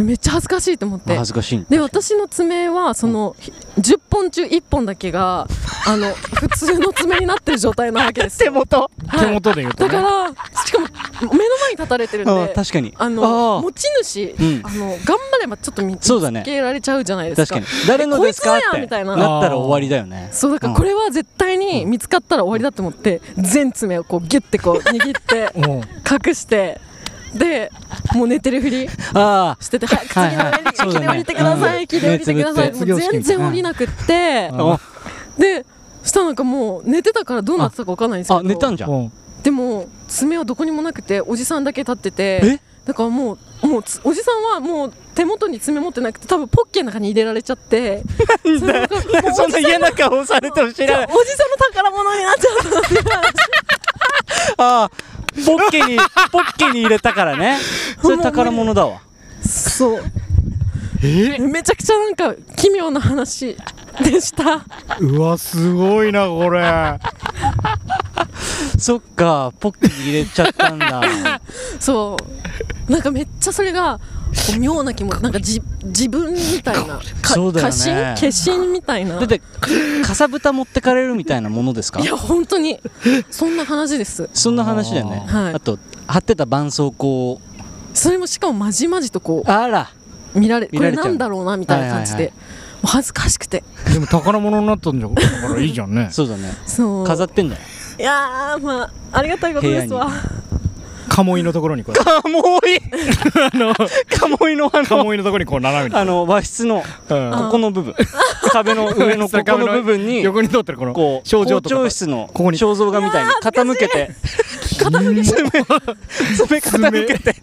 Speaker 1: でめっちゃ恥ずかしいと思っ
Speaker 4: まあ
Speaker 1: て
Speaker 4: 恥ずかしい
Speaker 1: で私の爪はそのひ10本中1本だけがあの普通の爪になってる状態なわけで すよ
Speaker 4: 元
Speaker 1: はい
Speaker 6: 手元で言うと
Speaker 1: だ
Speaker 6: ね
Speaker 1: からしかも目の前に立たれてるん
Speaker 4: ああ
Speaker 1: で
Speaker 4: 確かに
Speaker 1: あの
Speaker 4: あ
Speaker 1: 持ち主、
Speaker 4: うん
Speaker 1: あの頑張ればちょっと見
Speaker 4: そうだね
Speaker 1: つけられちゃうじゃないです
Speaker 4: 確
Speaker 1: か
Speaker 4: かに誰のですかっ
Speaker 1: えこい
Speaker 4: てなっ
Speaker 1: つだよみたいな
Speaker 4: たら終わりだよね
Speaker 1: そうだから
Speaker 4: うん
Speaker 1: これは絶対に見つかったら終わりだと思って全爪をこうギュッてこう握って
Speaker 6: うん
Speaker 1: 隠してでもう寝てるふり
Speaker 4: ああ
Speaker 1: してて早く次の上
Speaker 4: そうだね
Speaker 1: に駅で降りてくださ
Speaker 4: う
Speaker 1: い
Speaker 4: ん
Speaker 1: 駅で降りてくださ
Speaker 6: 目
Speaker 1: いも
Speaker 6: つぶ
Speaker 1: う
Speaker 6: って
Speaker 1: 全然降りなくって
Speaker 6: うん
Speaker 4: あ
Speaker 1: でしたらなんかもう寝てたからどうなってたかわかんないんですけど
Speaker 4: あ寝たんじゃん
Speaker 6: うん
Speaker 1: でも爪はどこにもなくておじさんだけ立って
Speaker 4: え
Speaker 1: てだからもうもうつおじさんはもう手元に爪持ってなくて多分ポッケの中に入れられちゃって それがもうおじさんの
Speaker 4: 嫌な顔されても知
Speaker 1: おじさんの宝物になっちゃったっていう話
Speaker 4: ああポッケにポッケに入れたからねそれ宝物だわ
Speaker 1: そうめちゃくちゃなんか奇妙な話でした
Speaker 6: うわすごいなこれ
Speaker 4: そっかポッケに入れちゃったん だ
Speaker 1: そうなんかめっちゃそれがこう妙な気持ちなんかじ自分みたいなか
Speaker 4: そうだよね
Speaker 1: 過信化身みたいな
Speaker 4: だってかかさぶた持ってかれるみたいなものですか
Speaker 1: いや本当にそんな話です
Speaker 4: そんな話だよね
Speaker 1: あーはい
Speaker 4: あと貼ってた絆創膏を
Speaker 1: それもしかもまじまじとこ
Speaker 4: あら
Speaker 1: う見られ
Speaker 4: 見
Speaker 1: こ
Speaker 4: られち
Speaker 1: れ
Speaker 4: ゃう
Speaker 1: なんだろうなみたいな感じで、
Speaker 4: はいはい
Speaker 1: もう恥ずかしくて
Speaker 6: でも宝物になったんじゃんだからいいじゃんね
Speaker 4: そうだね
Speaker 1: そう
Speaker 4: 飾ってんだよ
Speaker 1: いやーまあありがたいことですわ
Speaker 4: 部
Speaker 6: 鴨居のところにこう
Speaker 4: カモ イ
Speaker 6: あの
Speaker 4: カモイのあの
Speaker 6: 鴨居のところにこう斜めに
Speaker 4: あの和室の
Speaker 6: うん
Speaker 4: ここの部分壁の上のここの部分 に
Speaker 6: 横に通ってるこの
Speaker 4: こう
Speaker 6: 症
Speaker 4: 校
Speaker 6: 状とか
Speaker 4: 長室の
Speaker 6: ここに
Speaker 4: 肖像画みたいに傾けて
Speaker 1: 傾
Speaker 4: 爪
Speaker 1: け
Speaker 4: 爪傾けて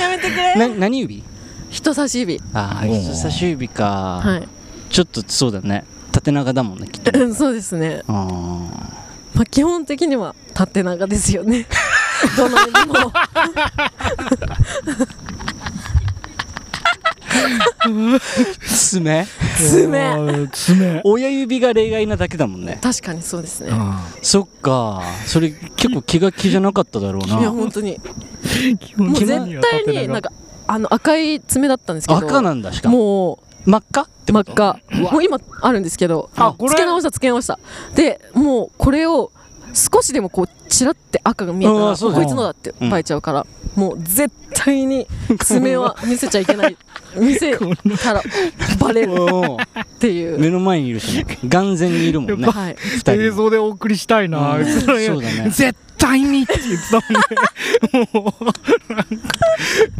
Speaker 1: やめてくれ
Speaker 4: な何指
Speaker 1: 人差し指
Speaker 4: ああ
Speaker 6: おー
Speaker 4: 人差し指か、
Speaker 1: はい
Speaker 4: ちょっとそうだね縦長だもんねきっと
Speaker 1: うん そうですね
Speaker 4: あ
Speaker 1: まあ基本的には縦長ですよ ねどの指も
Speaker 4: ー爪
Speaker 1: 爪
Speaker 6: 爪爪
Speaker 4: 親指が例外なだけだもんね
Speaker 1: 確かにそうですね
Speaker 6: あ
Speaker 4: そっかそれ結構気が気じゃなかっただろう
Speaker 1: いや
Speaker 4: な
Speaker 1: 本当に
Speaker 6: ー
Speaker 1: もう絶対になんかあの赤い爪だったんですけど
Speaker 4: 赤なんだしかも
Speaker 1: もう
Speaker 4: 真っ赤って
Speaker 1: 真
Speaker 4: こ
Speaker 1: っ
Speaker 4: と
Speaker 1: 赤もう今あるんですけど
Speaker 6: あこれ
Speaker 1: つけ直したつけ直したでもうこれを少しでもこうちらって赤が見えた
Speaker 4: あー
Speaker 1: ら
Speaker 4: そうだ
Speaker 1: こいつのだってバレちゃうから、もう絶対 に爪は見せちゃいけない見せたらバレる
Speaker 4: おー
Speaker 1: っ ていう、
Speaker 4: 目の前にいる しね眼前にいるもんね
Speaker 1: はい
Speaker 4: 二人
Speaker 6: 映像でお送りしたいな、
Speaker 4: うん
Speaker 6: それ
Speaker 4: そうだね
Speaker 6: 絶対にって言ってたもんねもう なんか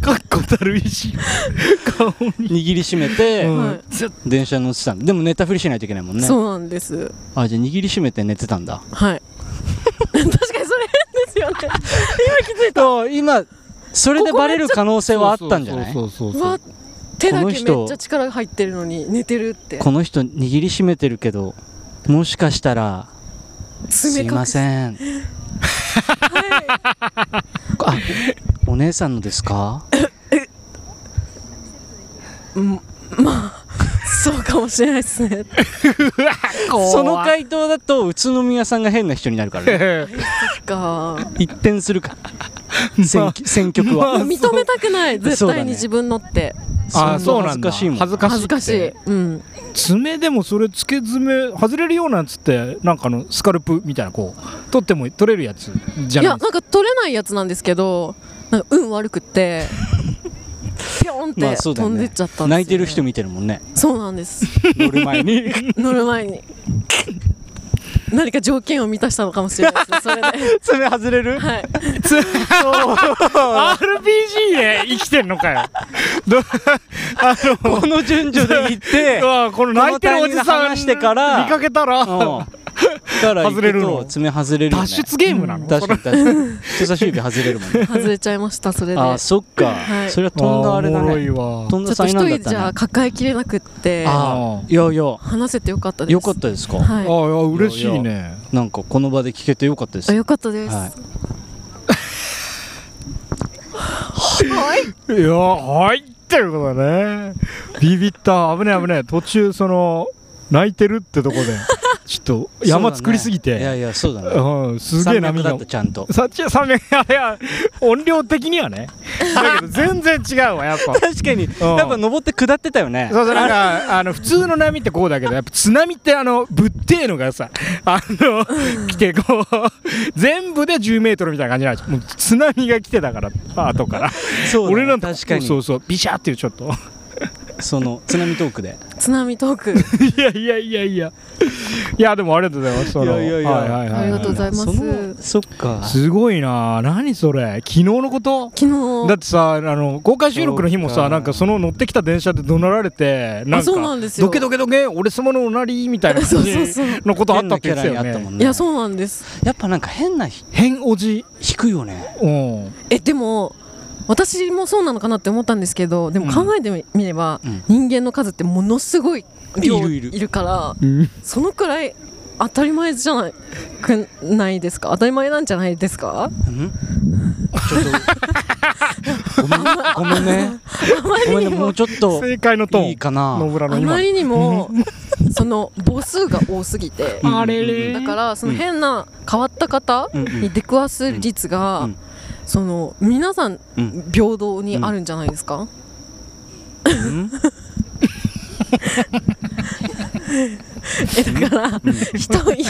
Speaker 6: かっこたるいし顔に、
Speaker 4: 握りしめて、
Speaker 6: うん
Speaker 1: はい
Speaker 6: 絶
Speaker 4: 電車乗ってたんだでも寝たふりしないといけないもんね
Speaker 1: そうなんです
Speaker 4: あじゃあ握りしめて寝てたんだ
Speaker 1: はい確かにそれ変ですよね
Speaker 4: と今それでバレる可能性はあったんじゃない
Speaker 6: そうそうそう
Speaker 1: う
Speaker 6: そう
Speaker 1: わ手だけ
Speaker 4: この
Speaker 1: め
Speaker 4: 人
Speaker 1: っちゃ力が入ってるのに寝てるって
Speaker 4: この人握りしめてるけどもしかしたらす
Speaker 1: 爪
Speaker 4: いま
Speaker 1: ん
Speaker 4: せん あお姉さんのですか
Speaker 1: そうかもしれないですね
Speaker 4: その回答だと宇都宮さんが変な人になるから ね
Speaker 1: か
Speaker 4: 一転するから選選曲は、
Speaker 1: もう認めたくない絶
Speaker 4: そうだね
Speaker 1: 対に自分のって、
Speaker 6: あそうな
Speaker 4: 恥
Speaker 6: ん
Speaker 4: ず
Speaker 6: だ
Speaker 4: かしいもん
Speaker 6: 恥ずか
Speaker 1: 恥ずかしいうん
Speaker 6: 爪でもそれ付け爪外れるようなやつってなんかあのスカルプみたいなこう取っても取れるやつじゃ
Speaker 1: い
Speaker 6: な
Speaker 1: や
Speaker 6: い
Speaker 1: なんか取れないやつなんですけどなんか運悪くってピョンっ
Speaker 4: まあ
Speaker 1: て
Speaker 4: そうだよ
Speaker 1: 飛
Speaker 4: ね
Speaker 1: んでっちゃったんですよね、
Speaker 4: 泣いてる人見てるもんね
Speaker 1: そうなんです
Speaker 4: 乗る前に
Speaker 1: 乗る前に 何か条件を満たしたのかもしれないですねそれで
Speaker 4: 爪外れ る
Speaker 1: はい
Speaker 6: RPG で生きてんのかよどあの
Speaker 4: この順序で行って
Speaker 6: うわこの泣いてる
Speaker 4: このタイミ
Speaker 6: おじ
Speaker 4: ングで
Speaker 6: さん
Speaker 4: 話してから
Speaker 6: 見かけたら
Speaker 4: うんから
Speaker 6: 外れる
Speaker 4: 行く
Speaker 6: の
Speaker 4: と爪外れるよ、ね、
Speaker 6: 脱出ゲームなの、
Speaker 4: 確かに確かに 人差し指外れるも んね
Speaker 1: 外れちゃいましたそれで
Speaker 4: あー
Speaker 1: ち
Speaker 4: そっか、
Speaker 1: はい
Speaker 4: それは飛んだあれだ
Speaker 6: おもろい
Speaker 4: ね
Speaker 6: わ
Speaker 4: 飛ん
Speaker 1: ょ
Speaker 4: だ
Speaker 1: っと
Speaker 4: 災
Speaker 1: 一
Speaker 4: 難だっ
Speaker 1: 人じ
Speaker 4: た
Speaker 1: ゃ
Speaker 4: ね
Speaker 1: 抱えきれなくって
Speaker 4: あーいやいや
Speaker 1: 話せてよかったです
Speaker 4: よかったですか、
Speaker 6: あ
Speaker 1: はい
Speaker 6: あ嬉しいね
Speaker 4: なんかこの場で聞けてよかったです
Speaker 1: あよかったです、
Speaker 4: はい
Speaker 6: いやはいっていうことだねビビった危ね危ね途中その泣いてるってと こでちょっと山作りすぎ
Speaker 4: そうだねいや
Speaker 6: て
Speaker 4: いやそうだね
Speaker 6: うんすげえ
Speaker 4: 山脈
Speaker 6: 波
Speaker 4: だ
Speaker 6: が
Speaker 4: ったちゃんと
Speaker 6: さっちさめあれは音量的にはねだけど全然違うわやっぱ
Speaker 4: 確かにやっぱ登って下ってたよね
Speaker 6: そうそうな んかあの普通の波ってこうだけどやっぱ津波ってあのぶってえのがさあの来てこう全部で1 0ルみたいな感じなんですよもう津波が来てたから後から
Speaker 4: そうだね
Speaker 6: 俺なんて
Speaker 4: 確かに
Speaker 6: そ
Speaker 4: そう
Speaker 6: そうビシャーっていうちょっと
Speaker 4: の津波トークで
Speaker 1: 津波トーク
Speaker 6: いやいやいやいやいやでもありがとうございますその
Speaker 4: いやいやいや
Speaker 6: はいはいはい
Speaker 1: ありがとうございます
Speaker 4: そのそっか
Speaker 6: すごいな何それ昨日のこと
Speaker 1: 昨
Speaker 6: だっ
Speaker 1: 日
Speaker 6: てさあの公開収録の日も
Speaker 4: そう
Speaker 6: さ
Speaker 4: か
Speaker 6: なんかその乗ってきた電車で怒鳴られてなん
Speaker 1: あ
Speaker 6: か
Speaker 1: そうなんですよ
Speaker 6: どけどけどけ俺様のおなりみたいな感じ
Speaker 1: そうそうそう
Speaker 6: のことあったって言
Speaker 4: 変
Speaker 6: っ
Speaker 4: な
Speaker 6: て
Speaker 4: キャ
Speaker 6: た
Speaker 4: ラにあ
Speaker 6: よ
Speaker 4: った
Speaker 6: ね
Speaker 4: もんね
Speaker 1: いやそうなんです
Speaker 4: やっぱなんか変なひ
Speaker 6: 変おじ
Speaker 4: 引くよね
Speaker 6: うん
Speaker 1: えでも私もそうなのかなって思ったんですけどでも考えてみれば、
Speaker 4: うん
Speaker 1: 人間の数ってものすごい量
Speaker 4: いるいる
Speaker 1: いるから
Speaker 6: うん
Speaker 1: そのくらい当たり前じゃないくないですか当たり前なんじゃないですか
Speaker 4: うんちょっとごめんごめんねごめんねもうちょっと
Speaker 6: 正解のトーン
Speaker 4: いいかな
Speaker 6: 野村の
Speaker 1: あ
Speaker 6: 今
Speaker 1: まりにもその母数が多すぎて
Speaker 4: うん
Speaker 6: あれれ
Speaker 1: だからその変な変わった方
Speaker 4: うんうん
Speaker 1: に出くわす率
Speaker 4: う
Speaker 1: が
Speaker 4: ん
Speaker 1: その皆さん
Speaker 4: うん
Speaker 1: 平等にあるんじゃないですか
Speaker 4: うん
Speaker 1: えだから人い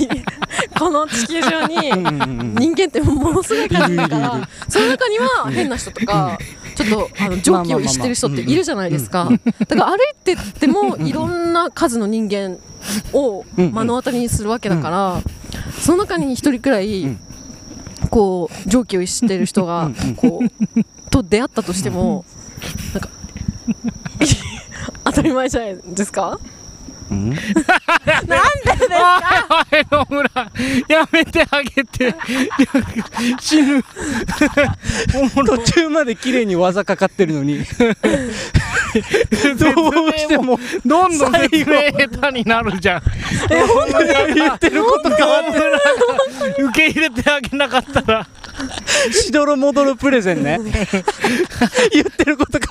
Speaker 1: この地球上に
Speaker 4: うんうん
Speaker 1: 人間ってものすごい数だか
Speaker 4: いるいるい
Speaker 1: らその中には変な人とかちょっと
Speaker 4: まあまあ
Speaker 1: あの
Speaker 4: まあ
Speaker 1: 常軌を逸してる人っているじゃないですかだから歩いてってもいろんな数の人間を
Speaker 4: うんうん
Speaker 1: 目の当たりにするわけだからその中に一人くらい
Speaker 4: ん
Speaker 1: こう常軌を逸してる人がこうと出会ったとしてもなんか当たり前じゃないですか
Speaker 4: うん
Speaker 6: おい野村やめてあげていや死ぬ
Speaker 4: 途中まで綺麗に技かかってるのに どうしても
Speaker 6: どんどん説明下手になるじゃん
Speaker 4: え本当に言ってること変わってる
Speaker 6: 受け入れてあげなかったら
Speaker 4: しどろもどろプレゼンね 言ってることが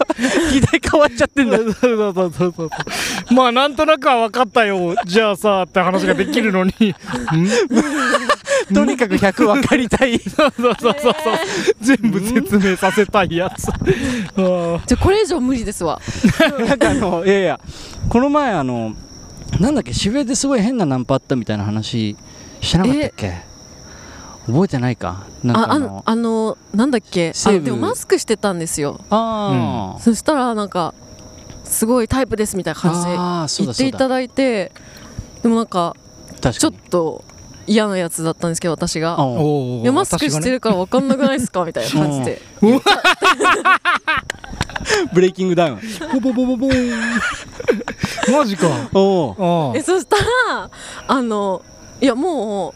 Speaker 4: 議題変わっちゃってんだ
Speaker 6: そうそうそうそうそう まあなんとなくは分かったよじゃあさって話ができるの にん
Speaker 4: とにかく100分かりたい
Speaker 6: そうそうそうそう全部説明させたいやつあー
Speaker 1: じゃあこれ以上無理ですわ
Speaker 4: なんかあのいやいやこの前あのなんだっけ渋谷ですごい変なナンパあったみたいな話してなかったっけ覚えてないかなんか
Speaker 1: あ
Speaker 4: あ
Speaker 1: あ
Speaker 4: の
Speaker 1: のあのなんだっけ
Speaker 4: 西
Speaker 1: あ
Speaker 4: 武
Speaker 1: でもマスクしてたんですよ
Speaker 4: あー
Speaker 1: そしたらなんかすごいタイプですみたいな感
Speaker 4: あーそ
Speaker 1: じ
Speaker 4: うだ
Speaker 1: で言っ
Speaker 4: そ
Speaker 1: て
Speaker 4: う
Speaker 1: いた
Speaker 4: だ
Speaker 1: だいてでもなんか
Speaker 4: 確
Speaker 1: ち
Speaker 4: か
Speaker 1: ょっ
Speaker 4: に
Speaker 1: と嫌なやつだったんですけど私が
Speaker 4: うん
Speaker 6: お
Speaker 1: いやマスクしてるから分かんなくないですかみたいな感じで
Speaker 4: ブレイキングダウン
Speaker 6: ボボボボボーンマジか
Speaker 4: おー
Speaker 6: あ
Speaker 1: えそしたらあのいやもう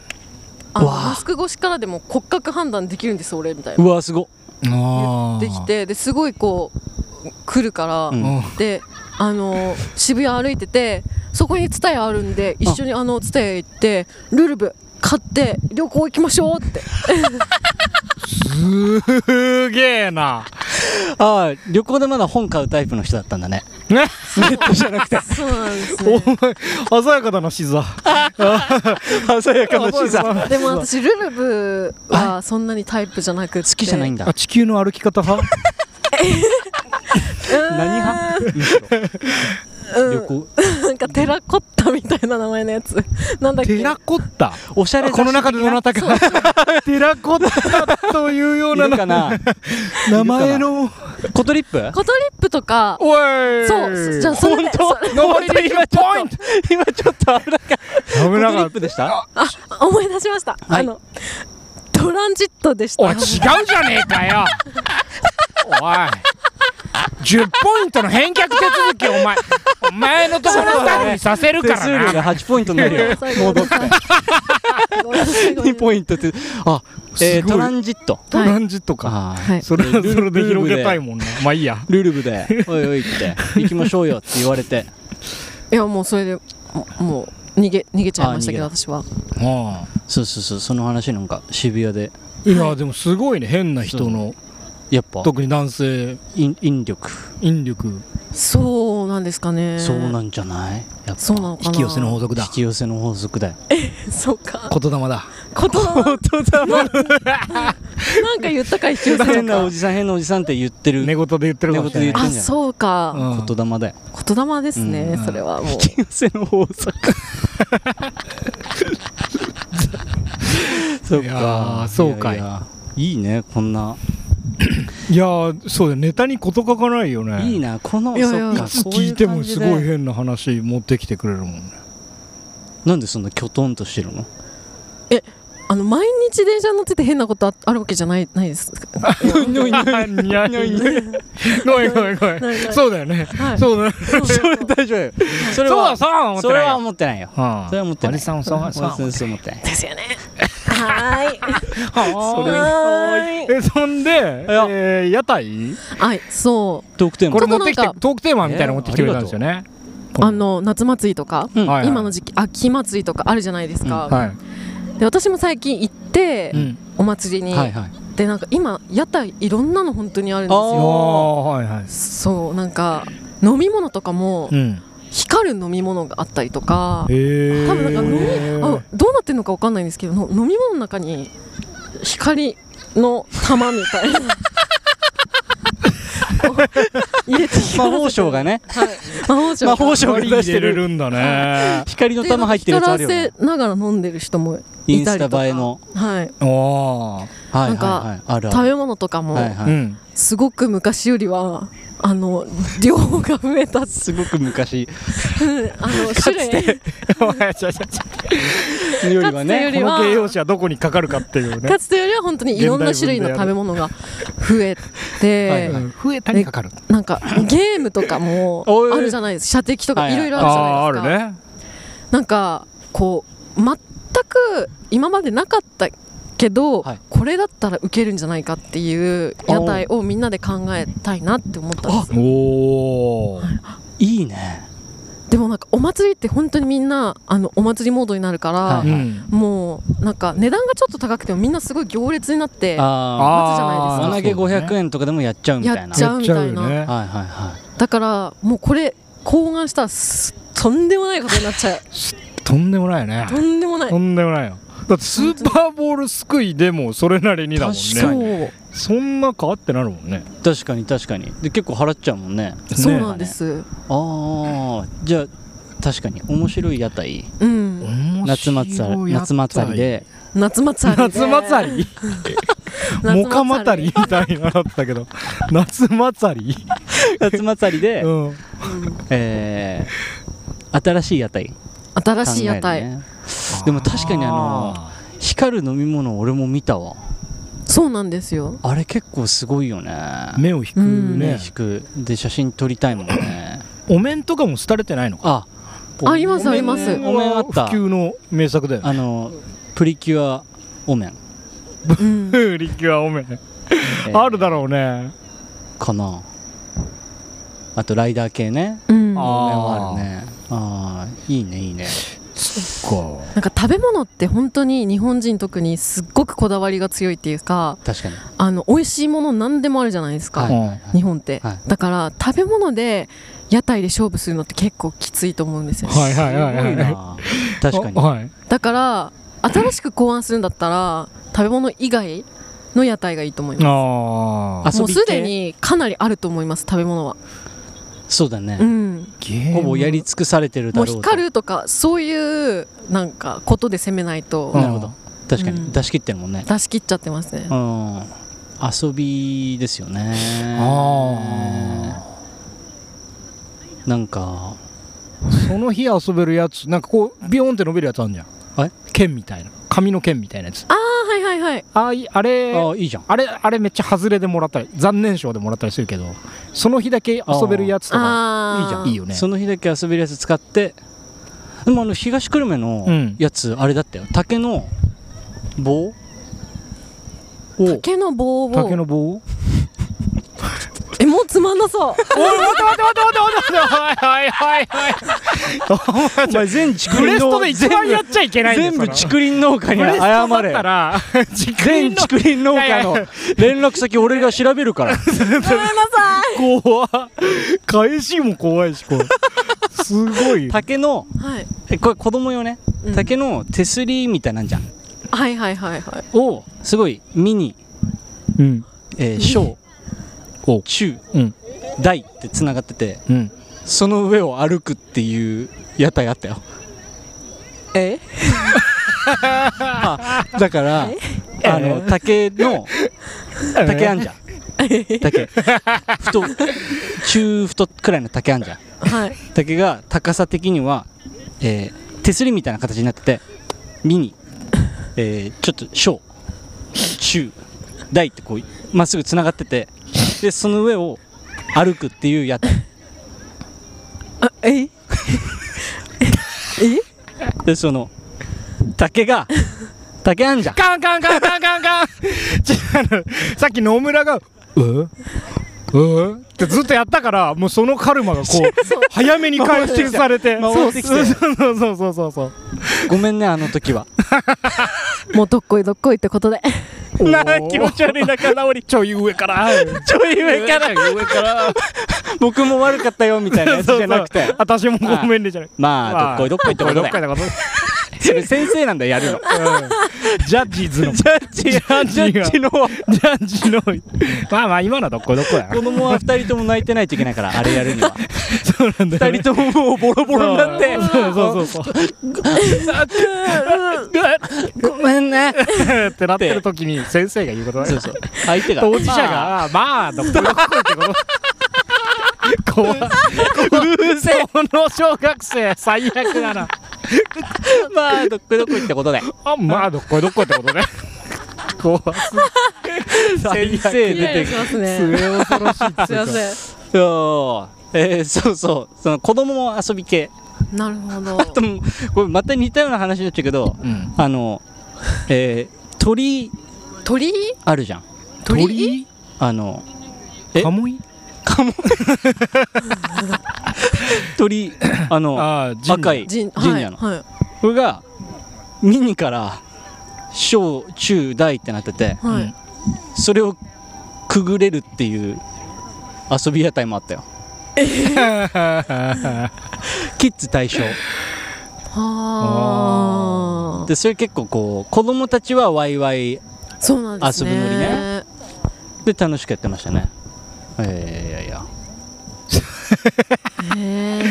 Speaker 1: あの
Speaker 4: わあ
Speaker 1: マスク越しからでも骨格判断できるんです俺みたいうな
Speaker 4: わすごっ
Speaker 6: あ
Speaker 1: できてですごいこう来るから、
Speaker 4: うん
Speaker 1: であのー渋谷歩いててそこにツタヤあるんで一緒にあのツタヤ行ってルルブ買って旅行行きましょうって
Speaker 6: すげえ
Speaker 4: あ
Speaker 6: な
Speaker 4: あ旅行でまだ本買うタイプの人だったんだねネットじゃなくて
Speaker 1: そうなんです
Speaker 6: お
Speaker 1: ね
Speaker 6: 前鮮やかだなシザ
Speaker 4: 鮮やかな資産
Speaker 1: でも私ルルブはそんなにタイプじゃなくて
Speaker 4: 好きじゃないん
Speaker 1: だ
Speaker 4: だ
Speaker 6: あ地球の歩き方派
Speaker 4: 何派むしろ旅行
Speaker 1: なんかテラコッタみたいな名前のやつなんだっけ
Speaker 6: テラコッタ
Speaker 4: おしゃれ雑誌
Speaker 6: この中でどなたかテラコッタというよう
Speaker 4: いる
Speaker 6: な
Speaker 4: かな
Speaker 6: 名前の
Speaker 4: コトリップ
Speaker 1: コトリップとか
Speaker 6: おい
Speaker 1: そうじゃあそれ
Speaker 4: 本
Speaker 1: で
Speaker 4: 当
Speaker 1: それ
Speaker 4: 本当今ちょ
Speaker 6: ポイン
Speaker 4: っと今ちょっと危なかった
Speaker 6: 危
Speaker 4: コト
Speaker 6: な
Speaker 4: リ
Speaker 6: か
Speaker 4: ッ
Speaker 6: っ
Speaker 4: プでした
Speaker 1: あ思い出しました、
Speaker 4: はい
Speaker 1: あのトランジットでした
Speaker 6: おい違うじゃねえかよおい10ポイントの返却手続きお前お前のところスタッフにさせる
Speaker 4: 手
Speaker 6: か
Speaker 4: 数
Speaker 6: ら
Speaker 4: 料
Speaker 6: な
Speaker 4: が8ポイントになる よ
Speaker 1: 最後
Speaker 4: 戻っ
Speaker 1: ごめんなさいごめんなさい
Speaker 4: 2ポイントってあえー
Speaker 6: すごい
Speaker 4: トランジット
Speaker 6: トランジットか
Speaker 4: あー
Speaker 1: はい
Speaker 6: それはそれで広げたいもんなまあいいや
Speaker 4: ルルブで「おいおい」って「行きましょうよ」って言われて
Speaker 1: いやもうそれでももう逃げ逃げちゃいましたけど
Speaker 4: あ逃
Speaker 1: 私は
Speaker 6: あ
Speaker 4: そうそうそうその話なんか渋谷で
Speaker 6: あいやでもすごいね変な人の
Speaker 4: やっぱ
Speaker 6: 特に男性
Speaker 4: 引引力
Speaker 6: 引力
Speaker 1: そうなんですかね
Speaker 4: そうなんじゃないやっぱ
Speaker 1: そうなのかな
Speaker 6: 引き寄せの法則
Speaker 4: 引
Speaker 6: だ
Speaker 4: き寄せの法則 だよ
Speaker 1: そうか
Speaker 6: 言霊だ
Speaker 1: こと なん
Speaker 4: 当だ
Speaker 1: か言ったか引き寄せ
Speaker 4: 変なお
Speaker 1: と
Speaker 4: じさん変なおじさんって言ってる
Speaker 6: 寝言で言ってるかもしれ
Speaker 4: 寝
Speaker 6: な
Speaker 4: 言
Speaker 6: い
Speaker 1: かあ
Speaker 4: んじゃん
Speaker 1: そうか
Speaker 6: うん
Speaker 4: 言霊だよ
Speaker 1: 言霊ですね
Speaker 6: うん
Speaker 1: それはもう
Speaker 4: 引き寄せの法則 そっ
Speaker 6: いや
Speaker 4: か
Speaker 6: ーそうかい
Speaker 4: いやいやいいねこんない
Speaker 6: やーそうだよネタに事欠かないよね
Speaker 4: いいなこの
Speaker 1: いやい
Speaker 4: そ
Speaker 1: や
Speaker 4: っか
Speaker 1: い
Speaker 6: つ
Speaker 4: そういう
Speaker 6: 聞いてもすご
Speaker 1: そうい
Speaker 6: い変
Speaker 1: う感じで
Speaker 6: な話持ってきてくれる もんね
Speaker 4: なんでそんなきょとんとしてるの
Speaker 1: あの毎日電車乗ってて変なことああるわけじゃないないです
Speaker 6: にゃにゃにゃにゃごめんごめんごめ
Speaker 1: ないなんい
Speaker 6: そうだよね
Speaker 1: はい
Speaker 6: そう だよね
Speaker 4: それ大丈夫よそれ
Speaker 6: そうだ
Speaker 4: は
Speaker 6: そうは思って
Speaker 4: それ
Speaker 6: ない
Speaker 4: は
Speaker 6: よ
Speaker 4: 思ってないよ
Speaker 6: はあ
Speaker 4: それは思ってない
Speaker 6: あれさんそうはそうは
Speaker 4: そうそう思ってない
Speaker 1: ですよねはーい
Speaker 6: はーいえそんで
Speaker 4: や
Speaker 6: えー屋台
Speaker 1: はいそ
Speaker 4: トークテー
Speaker 6: こ
Speaker 4: マ
Speaker 6: れ持ってきて
Speaker 1: ちょっとなんか
Speaker 6: トークテーマみたいなの持ってきてくれたんですよね
Speaker 1: うあの夏祭りとか、
Speaker 4: うん
Speaker 6: はいはい
Speaker 1: 今の時期秋祭りとかあるじゃないですか、
Speaker 6: はい
Speaker 1: で私も最近行って、
Speaker 4: うん
Speaker 1: お祭りに、
Speaker 4: はいはい
Speaker 1: でなんか今屋台いろんなの本当にあるんです
Speaker 6: あ
Speaker 1: よ
Speaker 6: あはいはい
Speaker 1: そうなんか飲み物とかも、
Speaker 6: うん
Speaker 1: 光る飲み物があったりとか
Speaker 6: へえ
Speaker 1: 多分なんか飲みあどうなってるのかわかんないんですけどの飲み物の中に光の玉みたい な入れて
Speaker 4: 魔法省がね
Speaker 1: 魔法省
Speaker 4: 魔法
Speaker 1: が
Speaker 4: 省が出してる
Speaker 6: るんだね
Speaker 4: 光の
Speaker 1: でなん
Speaker 4: 玉
Speaker 1: か
Speaker 4: 入ってるやつあるよ
Speaker 1: 光
Speaker 4: ね
Speaker 1: らせながら飲んでる人も
Speaker 4: イン
Speaker 1: いた
Speaker 4: ス
Speaker 1: りとか
Speaker 4: タ映えの
Speaker 1: はい
Speaker 6: おー
Speaker 4: はいはい
Speaker 1: な
Speaker 4: はいある
Speaker 1: 食
Speaker 4: あ
Speaker 1: べ
Speaker 4: る
Speaker 1: 物とかも
Speaker 4: はいは
Speaker 6: う
Speaker 4: い
Speaker 6: ん
Speaker 1: すごく昔よりはあの量が増えた っ
Speaker 4: すごく昔
Speaker 1: あの種類
Speaker 6: おいちょちょちょ
Speaker 4: よりは
Speaker 1: かつてよ
Speaker 4: ね
Speaker 1: り
Speaker 6: この形容詞はどこにかかるかっていうね
Speaker 1: かつてよりは本当にいろんな種類の食べ物が増えて
Speaker 4: はいは
Speaker 6: う
Speaker 4: い
Speaker 6: ん増えたにかかる
Speaker 1: なんかゲームとかも
Speaker 4: おい
Speaker 1: あるじゃないですか射的と
Speaker 4: は
Speaker 1: か
Speaker 4: い
Speaker 1: い
Speaker 4: は
Speaker 1: ろ
Speaker 4: い
Speaker 1: いろあるじゃ
Speaker 6: ああーあ
Speaker 1: ないで
Speaker 6: る
Speaker 1: すか、
Speaker 6: ね
Speaker 1: なんかこう全く今までなかったけど、
Speaker 4: はい
Speaker 1: これだったらウケるんじゃないかっていう屋台をみんなで考えたいなって思ったんです
Speaker 6: おお
Speaker 4: いいね
Speaker 1: でもなんかお祭りって本当にみんなあのお祭りモードになるから、
Speaker 4: は
Speaker 6: うん
Speaker 1: もうなんか値段がちょっと高くてもみんなすごい行列になって
Speaker 4: あ
Speaker 1: 待つじゃ
Speaker 4: あ
Speaker 1: な
Speaker 4: 輪投
Speaker 1: いです
Speaker 4: げ
Speaker 6: そうね
Speaker 4: 500円とかでもやっちゃうみたい
Speaker 1: や
Speaker 4: な
Speaker 1: っちゃうみたいな
Speaker 6: やっちゃうよね
Speaker 4: はいはいはい
Speaker 1: だからもうこれ考案したらすとんでもないことになっちゃう
Speaker 6: とんでもないよね
Speaker 1: とんでもない
Speaker 6: とんでもないよだってスーパーボールすくいでもそれなりにだもん
Speaker 4: 確か
Speaker 6: ね
Speaker 4: に
Speaker 1: そう
Speaker 6: そんなかってなるもんね
Speaker 4: 確かに確かにで結構払っちゃうもんね
Speaker 1: そうなんです、
Speaker 4: ああじゃあ確かに面白い屋台
Speaker 1: うん
Speaker 4: 夏祭り夏祭り で
Speaker 1: 夏祭りで
Speaker 6: 夏祭 り
Speaker 1: 夏
Speaker 6: モカ祭りみたいなのだったけ ど夏祭り
Speaker 4: 夏祭りで、
Speaker 6: うん
Speaker 1: うん
Speaker 4: えー新しい屋台
Speaker 1: 新しい屋
Speaker 4: 考え
Speaker 1: 台、
Speaker 4: るねでも確かにあの光る飲み物俺も見たわ
Speaker 1: そうなんですよ
Speaker 4: あれ結構すごいよね
Speaker 6: 目を引く
Speaker 1: うん
Speaker 6: ね
Speaker 4: 引くで写真撮りたいもん ね
Speaker 6: お面とかも廃れてないのか
Speaker 4: あ
Speaker 1: ありますありま
Speaker 4: お
Speaker 1: す
Speaker 4: 面お面あった
Speaker 6: 普及の名作だよね
Speaker 4: あのプリキュアお面、
Speaker 1: うん
Speaker 6: 風力はお面
Speaker 4: えー
Speaker 6: あるだろうね
Speaker 4: かなあとライダー系ね
Speaker 1: うん
Speaker 6: あー
Speaker 4: お面はあるねああいいねいいね
Speaker 6: そっ
Speaker 1: なんか食べ物って本当に日本人特にすっごくこだわりが強いっていうか
Speaker 4: 確かに
Speaker 1: あの美味しいもの何でもあるじゃないですか、
Speaker 4: はいはいはい
Speaker 1: 日本って、
Speaker 4: はい
Speaker 1: だから食べ物で屋台で勝負するのって結構きついと思うんですよ、ね
Speaker 6: はいはいはい
Speaker 4: す
Speaker 6: はい
Speaker 4: ごいな確かに
Speaker 6: あはい
Speaker 1: だから新しく考案するんだったら食べ物以外の屋台がいいと思います
Speaker 6: ああ
Speaker 4: あ
Speaker 1: も
Speaker 4: 遊
Speaker 1: う
Speaker 4: び系
Speaker 1: すでにかなりあると思います食べ物は、
Speaker 4: そうだね、
Speaker 1: うん、
Speaker 4: ほぼやり尽くされてる
Speaker 1: も
Speaker 4: だ
Speaker 1: う
Speaker 4: ろうと
Speaker 1: 光るとかそういうなんかことで攻めないと、
Speaker 6: うん
Speaker 4: なるほど確かに、
Speaker 1: うん
Speaker 4: 出し切ってるもんね
Speaker 1: 出し切っちゃってますね
Speaker 4: うん遊びですよね
Speaker 6: あ
Speaker 4: なんか
Speaker 6: その日遊べるやつなんかこうビヨンって伸びるやつあるじゃん
Speaker 4: はい
Speaker 6: 剣みたいな紙の剣みたいなやつ
Speaker 1: ああはいはいはい
Speaker 6: あいあれ
Speaker 4: ああいいじゃん
Speaker 6: あれあれめっちゃ外れでもらったり残念賞でもらったりするけどその日だけ遊べるやつとか
Speaker 1: ああ
Speaker 6: いいじゃんいいよね
Speaker 4: その日だけ遊べるやつ使ってでもあの東久留米の
Speaker 6: うん
Speaker 4: やつ、あれだったよ竹の棒を
Speaker 1: 竹の棒を
Speaker 6: 竹の棒
Speaker 1: えもうつまんなそう
Speaker 6: おい待って待って待って待って待ってはいはいはいはい
Speaker 4: お前全竹
Speaker 6: ブレストで一
Speaker 4: 全
Speaker 6: 番やっ
Speaker 4: 部
Speaker 6: ちゃいけないんだよ
Speaker 4: 全部
Speaker 6: その
Speaker 4: 竹林農家に
Speaker 6: ブレストだ
Speaker 4: 謝
Speaker 6: っ
Speaker 4: れ
Speaker 6: た ら
Speaker 4: 全竹林農家の連絡先俺が調べるから
Speaker 1: ごめんなさ
Speaker 6: 怖返しも怖いしこうすごい
Speaker 4: 竹の
Speaker 1: いはい、
Speaker 4: えこれ子供よね
Speaker 1: うん
Speaker 4: 竹の手すりみたいなんじゃん
Speaker 1: はいはいはいはい
Speaker 4: をすごいミニ、
Speaker 6: うん
Speaker 4: えー小
Speaker 6: お
Speaker 4: 中、
Speaker 6: うん
Speaker 4: 大ってつながってて
Speaker 6: うん
Speaker 4: その上を歩くっていう屋台あったよ
Speaker 1: え
Speaker 4: あだからあの竹の竹あんじゃん竹太中太くらいの竹あんじゃん
Speaker 1: はい
Speaker 4: 竹が高さ的には、えー手すりみたいな形になっててミニ、えーちょっと小中大ってこうまっすぐつながっててでその上を歩くっていうやつ
Speaker 1: あええ
Speaker 4: でその竹が竹あんじゃん
Speaker 6: カンカンカンカンカンカン違うさっき野村が「ええってずっとやったからもうそのカルマ がこう早めに回収されて
Speaker 4: まあ
Speaker 6: そ
Speaker 4: 戻
Speaker 6: う
Speaker 4: ってき
Speaker 6: そう
Speaker 4: て
Speaker 6: そうそうそうそうそう
Speaker 4: ごめんねあの時は
Speaker 1: もうどっこいどっこいってことで
Speaker 6: な
Speaker 4: なあ気持ち悪い仲直り
Speaker 6: ちょい上から
Speaker 4: ちょい上から
Speaker 6: 上から
Speaker 4: 僕も悪かったよみたいなやつじゃなくて
Speaker 6: 私もごめんねじゃなくて
Speaker 4: まあどっこいどっこいってこと
Speaker 6: どっこい
Speaker 4: だよ
Speaker 6: どっこいって
Speaker 4: それ先生なんだよやるの
Speaker 6: ことジャッジーズの
Speaker 4: ジャッジジャッジの
Speaker 6: ジャッジのまあまあ今のはどっこいどっこいだな
Speaker 4: 子供は2人とも泣いてないといけないからあれやるには
Speaker 6: そうなんだよ
Speaker 4: 2
Speaker 6: ね
Speaker 4: 人とももうボ ロボロになって
Speaker 6: そうそうそうそう
Speaker 4: ごめんね
Speaker 6: ってなってる時に先生が言うことだ
Speaker 4: そう
Speaker 6: よ
Speaker 4: そう相手が
Speaker 6: 当事者
Speaker 4: まあ
Speaker 6: がまあどっこいどっこいってこと怖い
Speaker 4: うるせえ
Speaker 6: この小学生最悪だな
Speaker 4: まあどっこいどっこいってことで
Speaker 6: あまあどっこいどっこいってことね怖す
Speaker 4: 先生
Speaker 1: イライ
Speaker 4: 出て
Speaker 1: ラ
Speaker 4: く
Speaker 1: し
Speaker 4: る
Speaker 1: ますね
Speaker 6: 末恐ろしいっつうか
Speaker 1: すいませ
Speaker 4: そうえーそうそうその子供も遊び系
Speaker 1: んなるほど
Speaker 4: あともこれまた似たような話になっちゃうけど
Speaker 6: うん
Speaker 4: あのえー鳥
Speaker 1: 鳥
Speaker 4: あるじゃん
Speaker 1: 鳥
Speaker 4: あのえ
Speaker 6: カモイ
Speaker 4: カモ鳥あの
Speaker 6: あー
Speaker 4: 赤い
Speaker 1: 人
Speaker 4: 神社の
Speaker 1: はい、はい
Speaker 4: これがミニから小中大ってなってて
Speaker 1: はい
Speaker 6: うん
Speaker 4: それをくぐれるっていう遊び屋台もあったよキッズ対象
Speaker 1: はあ
Speaker 4: でそれ結構こう子供たちはワイワイ
Speaker 1: そうなんですね
Speaker 4: 遊ぶノリねで楽しくやってましたねえーいやいや
Speaker 1: へえ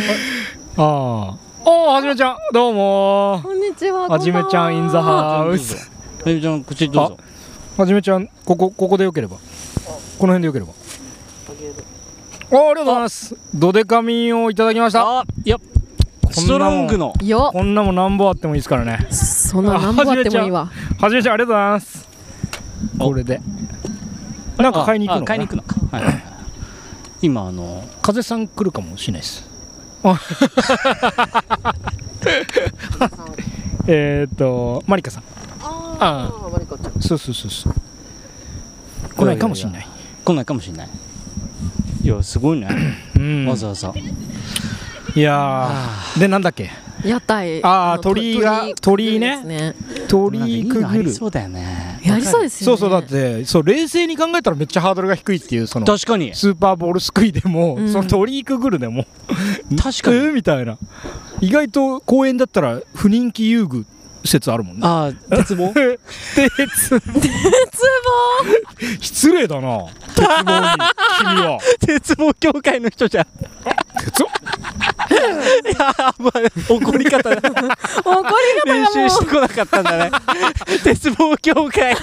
Speaker 6: あーおーはじめちゃんどうもー
Speaker 1: こんにちは
Speaker 6: はじめちゃんインザハウス
Speaker 4: えーじゃあこっちどうぞ
Speaker 6: はじめちゃんここここでよければこの辺でよければあありがとうございますドデカミンをいただきました
Speaker 4: あいやストロングの
Speaker 1: よ
Speaker 6: こんなもんなんぼあってもいいですからね
Speaker 1: そんな何本あってもいいわ
Speaker 6: はじめちゃんありがとうございますこれでなんか買いに行く
Speaker 4: あ
Speaker 6: の
Speaker 4: あ買
Speaker 6: か
Speaker 4: いに行
Speaker 6: な
Speaker 4: くのかはいはいはい今あの
Speaker 6: 風さん来るかもしれないです
Speaker 4: あ
Speaker 6: えーっとマリカさんあ
Speaker 3: あマリコちゃん
Speaker 6: そうそうそうそう来ないかもしれない
Speaker 4: 来ないかもしれないいやすごいね
Speaker 6: うん
Speaker 4: わざわざ
Speaker 6: いやーでなんだっけ
Speaker 1: 屋台
Speaker 6: あー
Speaker 1: の
Speaker 6: 鳥居が鳥居ね
Speaker 1: 鳥居です
Speaker 4: なんかいいの
Speaker 6: 鳥く
Speaker 4: あ
Speaker 6: ぐ
Speaker 4: り
Speaker 6: る
Speaker 4: そうだよね
Speaker 1: やりそうですよ
Speaker 6: そう
Speaker 1: ね
Speaker 6: そうだってそう冷静に考えたらめっちゃハードルが低いっていうその
Speaker 4: 確かに
Speaker 6: スーパーボールすくいでも、
Speaker 1: うん
Speaker 6: その鳥居くぐるでも
Speaker 4: 確かに
Speaker 6: えーみたいな意外と公園だったら不人気遊具説あるもんね
Speaker 4: ああ鉄棒
Speaker 6: 鉄失礼だな鉄棒に君は
Speaker 4: 鉄棒協会の人じゃん
Speaker 6: 鉄棒
Speaker 4: いやばい 怒り方だ
Speaker 1: 棒怒り方
Speaker 4: 練
Speaker 1: が
Speaker 4: 習
Speaker 1: も
Speaker 4: してこなかったんだね鉄棒協会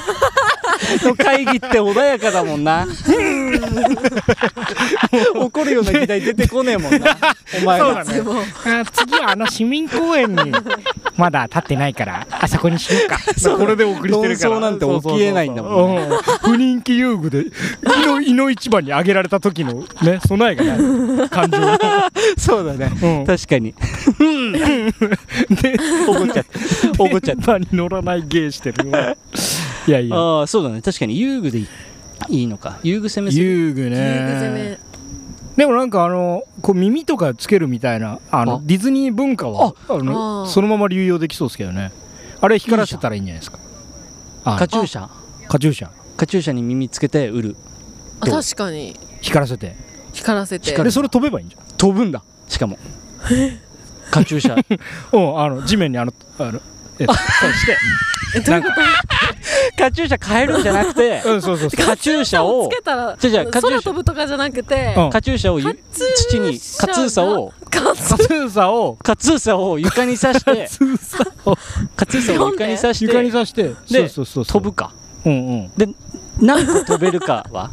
Speaker 4: の会議って穏やかだもんな 怒るような議題出てこねえも んなお前
Speaker 6: そうだ
Speaker 4: は
Speaker 6: ね
Speaker 1: うもう
Speaker 6: あ次はあの市民公園にまだ立ってないからあ そこにしようかこれでお送りしてるから
Speaker 4: 論争なんて起きえないんだもん
Speaker 6: ね不人気遊具で胃の胃の一番に挙げられた時のね備えがない 感情
Speaker 4: そうだね
Speaker 6: うん
Speaker 4: 確か に
Speaker 6: で
Speaker 4: 怒っちゃった怒っちゃっ
Speaker 6: 電波に乗らない芸してるいやい
Speaker 4: た
Speaker 6: や
Speaker 4: ああそうだね確かに遊具でいいいいのか遊具攻めする
Speaker 6: 遊具
Speaker 1: 遊具攻め
Speaker 6: ねでもなんかあのこう耳とかつけるみたいなあの
Speaker 4: あ
Speaker 6: ディズニー文化はあの
Speaker 1: あー
Speaker 6: そのまま流用できそうですけどねあれ光らせたらいいんじゃないですかあ
Speaker 4: カチューシャ
Speaker 6: カチューシャ
Speaker 4: カチューシャに耳つけて売る
Speaker 1: あ確かに
Speaker 6: 光らせて
Speaker 1: 光らせて
Speaker 6: でそれ飛べばいいんじゃん
Speaker 4: 飛ぶんだしかもカチューシャ
Speaker 6: うんあの地面にあのあのえっ とそうしてなんか
Speaker 4: カチューシャ変えるんじゃなくて
Speaker 6: うんそうそうそう
Speaker 4: カチューシャを
Speaker 1: つけたら
Speaker 4: じゃあじゃあカチューシャ
Speaker 1: 空飛ぶとかじゃなくて
Speaker 6: うん
Speaker 4: カチューシャをゆ土にカツーサを
Speaker 1: カツ
Speaker 6: カツーサを
Speaker 4: カツーサを床に刺して
Speaker 6: ーサを
Speaker 4: カツーサを床に刺し
Speaker 6: 床に
Speaker 4: て
Speaker 6: 刺して
Speaker 4: で
Speaker 6: そうそうそうそ
Speaker 4: 飛
Speaker 6: う
Speaker 4: ぶか
Speaker 6: うんうん
Speaker 4: で何個飛べるかは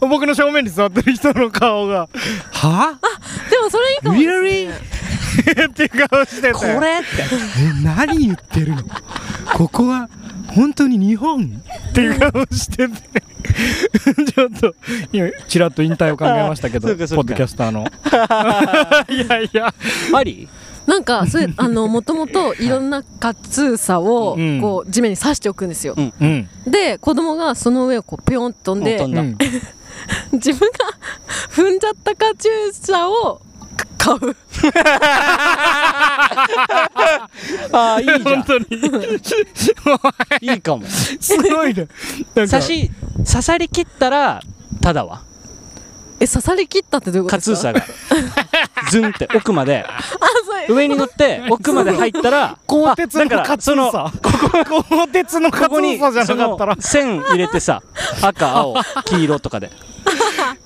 Speaker 6: 僕の正面に座ってる人の顔が「は
Speaker 1: でもそれいいかもですね
Speaker 6: Really？っていう顔してて
Speaker 4: これって
Speaker 6: え何言ってるのここは本当に日本っていう顔しててちょっと今ちらっと引退を考えましたけど
Speaker 4: あ そ
Speaker 6: ポ
Speaker 4: うかそう
Speaker 6: ッ
Speaker 4: か
Speaker 6: ドキャスターのいやいや
Speaker 4: あり
Speaker 1: なんかそれあのもともといろんなカツーサを
Speaker 6: うん
Speaker 1: こう地面に刺しておくんですよ、
Speaker 4: うん
Speaker 6: うん
Speaker 1: で子供がその上をこうピョンと飛んで
Speaker 4: 飛んだ
Speaker 6: うん
Speaker 1: 自分が 踏んじゃったカチューシャを買う
Speaker 4: ああいいじゃ
Speaker 6: 本当に
Speaker 4: んいいかも
Speaker 6: すごいねなんか
Speaker 4: 刺し刺さり切ったらただわ
Speaker 1: え刺さり切ったってどういうこと
Speaker 4: カ
Speaker 1: で
Speaker 4: ツー
Speaker 1: すか
Speaker 4: サがズンって奥ま で
Speaker 1: あそう
Speaker 4: 上に乗って奥まで入ったら
Speaker 6: 鋼鉄
Speaker 4: あ
Speaker 6: の
Speaker 4: だから
Speaker 6: カツ
Speaker 4: その
Speaker 6: ーサ鋼鉄のカ
Speaker 4: こ
Speaker 6: ツ
Speaker 4: こに
Speaker 6: ーサじゃ
Speaker 4: そ
Speaker 6: なか
Speaker 4: の
Speaker 6: ったら
Speaker 4: 線入れてさ赤 青黄色とかで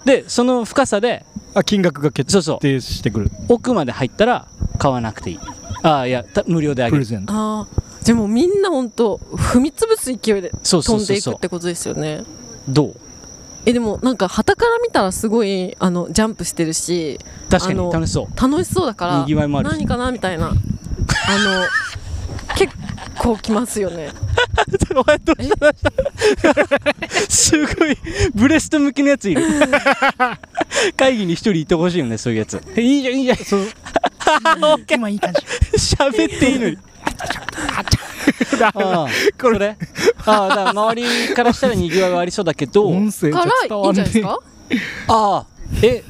Speaker 4: でその深さで
Speaker 6: あ金額が決
Speaker 4: そうそう
Speaker 6: 定してくる
Speaker 4: 奥まで入ったら買わなくていいああいやた無料であ
Speaker 6: プ
Speaker 4: げ
Speaker 6: レ
Speaker 4: る
Speaker 6: ゼント
Speaker 1: あーでもみんな本当踏み潰す勢いで
Speaker 4: そうそう
Speaker 1: 飛ん
Speaker 4: そ
Speaker 1: で
Speaker 4: う
Speaker 1: いく
Speaker 4: そう
Speaker 1: ってことですよね
Speaker 4: どう
Speaker 1: えでもなんか旗から見たらすごいあのジャンプしてるし
Speaker 4: 確か
Speaker 1: あ
Speaker 4: に
Speaker 1: の
Speaker 4: 楽しそう
Speaker 1: 楽しそうだから
Speaker 4: にぎわいもあるし
Speaker 1: 何かなみた いなあの結構きますよね
Speaker 4: お前どうしたどうしたすごいブレスト向きのやつい る会議に一人いてほしいよねそういうやついいじゃんいいじゃんそう
Speaker 6: 今いい感じ
Speaker 4: 喋っていいのにああ
Speaker 6: こ
Speaker 4: そ
Speaker 6: れ
Speaker 4: れああだから周りからしたらにぎわいはありそうだけど
Speaker 6: 音声じ
Speaker 1: か
Speaker 6: ゃ
Speaker 1: ら
Speaker 6: 伝
Speaker 1: いい
Speaker 6: わ
Speaker 1: ん
Speaker 6: ん
Speaker 1: じ
Speaker 6: ね
Speaker 1: ゃないですか
Speaker 4: ああえ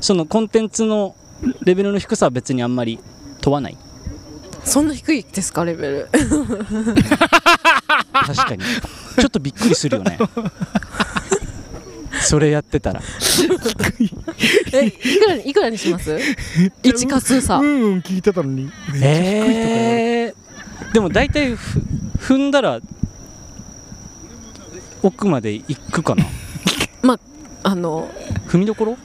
Speaker 4: そのコンテンツのレベルの低さは別にあんまり問わない
Speaker 1: そんな低いですかレベル
Speaker 4: 確かにちょっとびっくりするよ ねそれやってたら
Speaker 1: えいくらにいくらにします 一か数差
Speaker 6: うんうん聞いてたのに
Speaker 4: えー、でも大体ふ踏んだら奥まで行くかな
Speaker 1: まあの
Speaker 4: 踏みどころ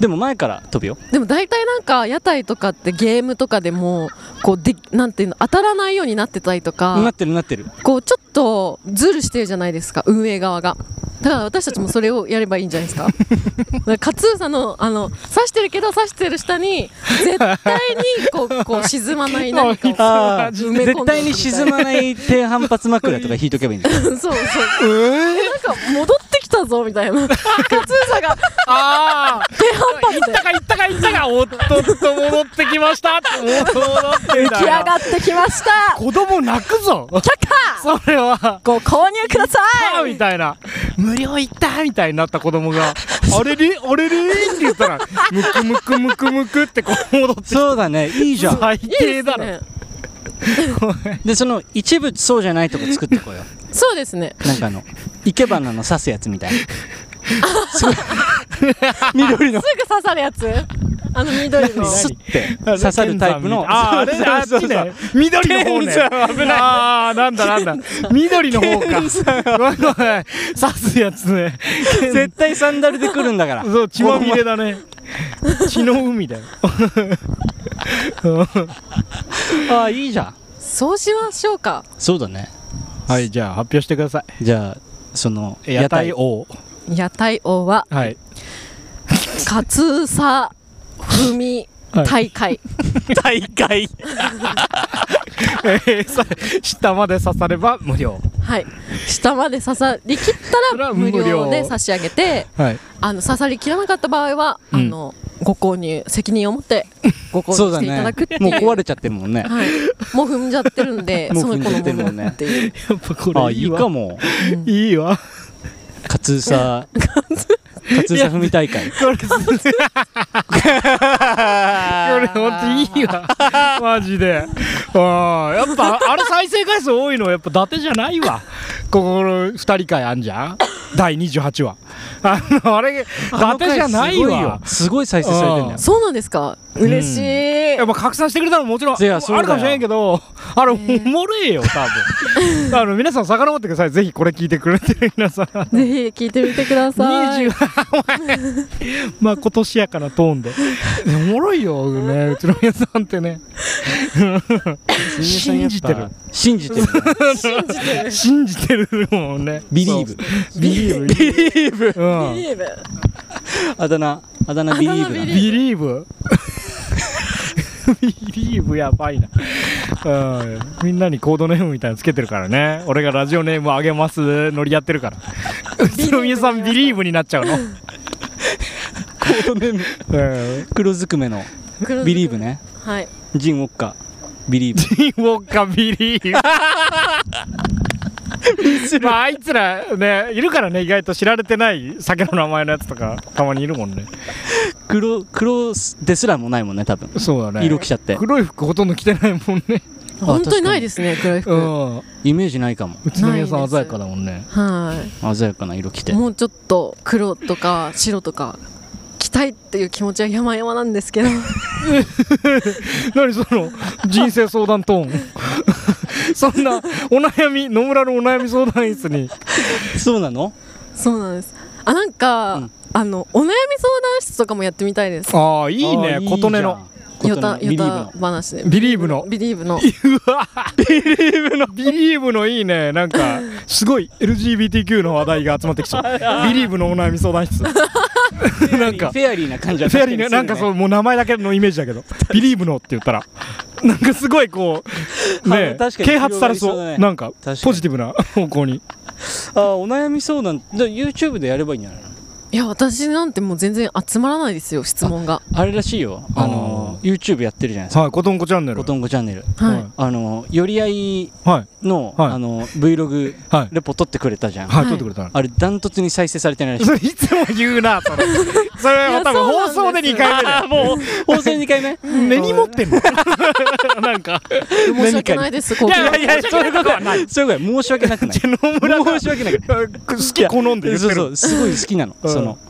Speaker 4: でも前から飛ぶよ
Speaker 1: でも大体なんか屋台とかってゲームとかでもこうでなんていうの当たらないようになってたりと
Speaker 4: な
Speaker 1: か
Speaker 4: ってるなってる
Speaker 1: こうちょっとズルしてるじゃないですか運営側がだから私たちもそれをやればいいんじゃない ですかだから勝浦のあの刺してるけど刺してる下に絶対にこうこう沈まない何 かを
Speaker 4: ああ
Speaker 1: 埋め込んでお
Speaker 4: 絶
Speaker 1: く
Speaker 4: 対に沈まない低反発枕とか引いとけばいいんだよ
Speaker 1: そうそう、えなんか戻ってきたぞみたいな勝浦が
Speaker 6: ああ
Speaker 1: 低反 発で
Speaker 6: 行ったか行ったかおっとっと戻ってきま したおっと戻ってき
Speaker 1: 来上がってきました
Speaker 6: 子供泣くぞ
Speaker 1: 却下
Speaker 6: それは
Speaker 1: ご購入くださ
Speaker 6: あー
Speaker 1: い
Speaker 6: みたいな無料行ったみたいになった子供 があれれあれれって言ったらムクムクムクムクってこう戻って
Speaker 4: そうだねいいじゃん
Speaker 6: 最低だろ
Speaker 1: ね
Speaker 4: でその一部そうじゃないとこ作って こよう
Speaker 1: そうですね
Speaker 4: なんかあの生け花の刺すやつみたいなす ごい緑の
Speaker 1: すぐ刺さるやつあの緑の
Speaker 4: スッて 刺さるタイプの
Speaker 6: ああれ
Speaker 4: そう
Speaker 6: あっ
Speaker 4: そうそ
Speaker 6: ち
Speaker 4: うそう
Speaker 6: ね緑の方ね
Speaker 4: ケン
Speaker 6: 危ないああなん だなんだ緑の方かごめんごめん刺すやつねケン
Speaker 4: 絶対サンダルで来るんだから
Speaker 6: そう血まみれだね血の海だよ
Speaker 4: ああいいじゃん
Speaker 1: そうしましょうか
Speaker 4: そうだね
Speaker 6: はいじゃあ発表してくださ
Speaker 4: じゃあその
Speaker 6: い屋台王
Speaker 1: 屋台王は
Speaker 6: はい
Speaker 1: 勝さ踏み大会、
Speaker 4: 大会
Speaker 6: えーさ下まで刺されば無料
Speaker 1: はい、下まで刺さりきったら
Speaker 6: 無
Speaker 1: 無
Speaker 6: 料
Speaker 1: 料で差し上げて
Speaker 6: はい
Speaker 1: あの刺さりきらなかった場合は、
Speaker 6: うん
Speaker 1: あのご購入責任を持ってご購
Speaker 4: そうだ
Speaker 1: 入していた
Speaker 4: ね
Speaker 1: だくっていう
Speaker 4: もう壊れちゃってるもんね
Speaker 1: はい、もう踏んじゃってるんで
Speaker 4: も
Speaker 1: そう
Speaker 4: 踏
Speaker 1: の
Speaker 4: ん
Speaker 1: 子
Speaker 4: じゃ
Speaker 1: の
Speaker 4: ってるも
Speaker 1: も
Speaker 4: ん
Speaker 1: の
Speaker 4: ね
Speaker 1: っていう
Speaker 6: やっぱこ
Speaker 4: ああ
Speaker 6: れ
Speaker 4: い
Speaker 6: いい
Speaker 4: い
Speaker 6: わ
Speaker 4: かも
Speaker 6: いいわ
Speaker 4: カツーサ カツーサ踏み大会
Speaker 6: これこれ ほんとい いわマジであーやっぱあれ再生回数多いのはやっぱ伊達じゃないわここの2人会あんじゃん第28話あのあれ伊達じゃないわ
Speaker 4: すごい再生されてんだよ
Speaker 1: そうなんですか嬉しい、
Speaker 6: やっぱ拡散してくれたのももちろんあ
Speaker 4: いや
Speaker 6: る
Speaker 4: そうだよ
Speaker 6: かもしれないけどあれおもろいよ多 分あの皆さん遡ってくださいぜひこれ聞いてくれてる皆さん
Speaker 1: ぜひ聞いてみてください
Speaker 6: 20 まあ今年やからトーンでおもろいよねうちの皆さんってね信じてる
Speaker 4: 信じてる
Speaker 6: 信じてるもんね
Speaker 4: ビリーブ
Speaker 6: ビリーブビリーブ、うん、
Speaker 1: ビーブ
Speaker 4: あだ名あだ名ビリーブだ
Speaker 1: あだ名ビリーブ
Speaker 6: ビリーブビリーブやばいな、うん、みんなにコードネームみたいなのつけてるからね俺がラジオネームあげますノリやってるからうちの皆さんビリーブになっちゃうの、
Speaker 4: コードネーム
Speaker 6: うん
Speaker 4: 黒ずくめのビリーブね
Speaker 1: はい
Speaker 4: ジン・ウォッカビリーブ
Speaker 6: ジン・ウォッカ・ビリ ーブまああいつらねいるからね意外と知られてない酒の名前のやつとかたまにいるもんね
Speaker 4: 黒黒ですらもないもんね多分
Speaker 6: そうだ
Speaker 4: 色きちゃって
Speaker 6: 黒い服ほとんど着てないもんね
Speaker 1: 本当にないですね黒い服
Speaker 6: う
Speaker 1: は
Speaker 6: ん宇
Speaker 4: イメージないかも
Speaker 6: 都宮さ
Speaker 1: ない
Speaker 6: ん
Speaker 1: です
Speaker 6: 鮮やかだもんね
Speaker 4: 鮮やかな色着て
Speaker 1: いもうちょっと黒とか白とか着たいっていう気持ちは山々なんで すけど
Speaker 6: 何その人生相談トー ンそんなお悩み野村のお悩み相談室に
Speaker 4: そうなの
Speaker 1: そうなんですあなんか、
Speaker 4: うん
Speaker 1: あのお悩み相談室とかもやってみたいです
Speaker 6: ああいい
Speaker 4: あ
Speaker 6: ね
Speaker 4: ー
Speaker 6: 琴音の
Speaker 4: いいじゃん
Speaker 1: よた
Speaker 4: 琴音のビ
Speaker 1: よ
Speaker 4: リー
Speaker 1: た
Speaker 4: ブの
Speaker 1: 話で
Speaker 6: ビリーブの
Speaker 1: ビリーブの
Speaker 6: うわビリーブのビリーブのいいねなんかすごい LGBTQ の話題が集まってきそうビリーブのお悩み相談室 なんか
Speaker 4: フェアリーな感じは
Speaker 6: フ
Speaker 4: 確
Speaker 6: ェア
Speaker 4: か
Speaker 6: リー
Speaker 4: に
Speaker 6: ねなんかそう
Speaker 4: う
Speaker 6: もう名前だけのイメージだけどビリーブのって言ったらなんかすごいこうね
Speaker 4: あ確かに
Speaker 6: 啓発されそ
Speaker 4: 広がりそうだ
Speaker 6: う
Speaker 4: ね
Speaker 6: なんか
Speaker 4: かに
Speaker 6: ポジティブな方向に
Speaker 4: あお悩み相談じゃあ YouTube でやればいいんじゃないの
Speaker 1: いや私なんてもう全然集まらないですよ質問が
Speaker 4: あれらしいよあのー YouTube やってるじゃないですか
Speaker 6: はいコトンコチャンネル
Speaker 4: コトンコチャンネル
Speaker 1: はい、
Speaker 6: はい
Speaker 4: あのー寄り合い
Speaker 6: はい
Speaker 4: の、
Speaker 6: はい
Speaker 4: あのー Vlog
Speaker 6: はい
Speaker 4: レポ撮ってくれたじゃん、
Speaker 6: はい
Speaker 1: はい
Speaker 6: 撮ってくれたの
Speaker 4: あれダントツに再生されてないらしい
Speaker 6: そ れいつも言うなそれそれは多分
Speaker 1: いや
Speaker 6: 放
Speaker 1: そう
Speaker 6: 送
Speaker 1: な
Speaker 6: で
Speaker 1: んです
Speaker 6: 2回目だよ
Speaker 4: もう放送2回目
Speaker 6: 根に持ってんのなんか
Speaker 1: 申し訳ないですこう
Speaker 6: いやいやいや
Speaker 4: そういうことはないそういうことは申し訳なく ない
Speaker 6: じゃあ野村が
Speaker 4: 申し訳ない
Speaker 6: 好き好んで言っ
Speaker 4: そ
Speaker 6: てる
Speaker 4: うそうすごい好きなの、
Speaker 6: うん
Speaker 4: その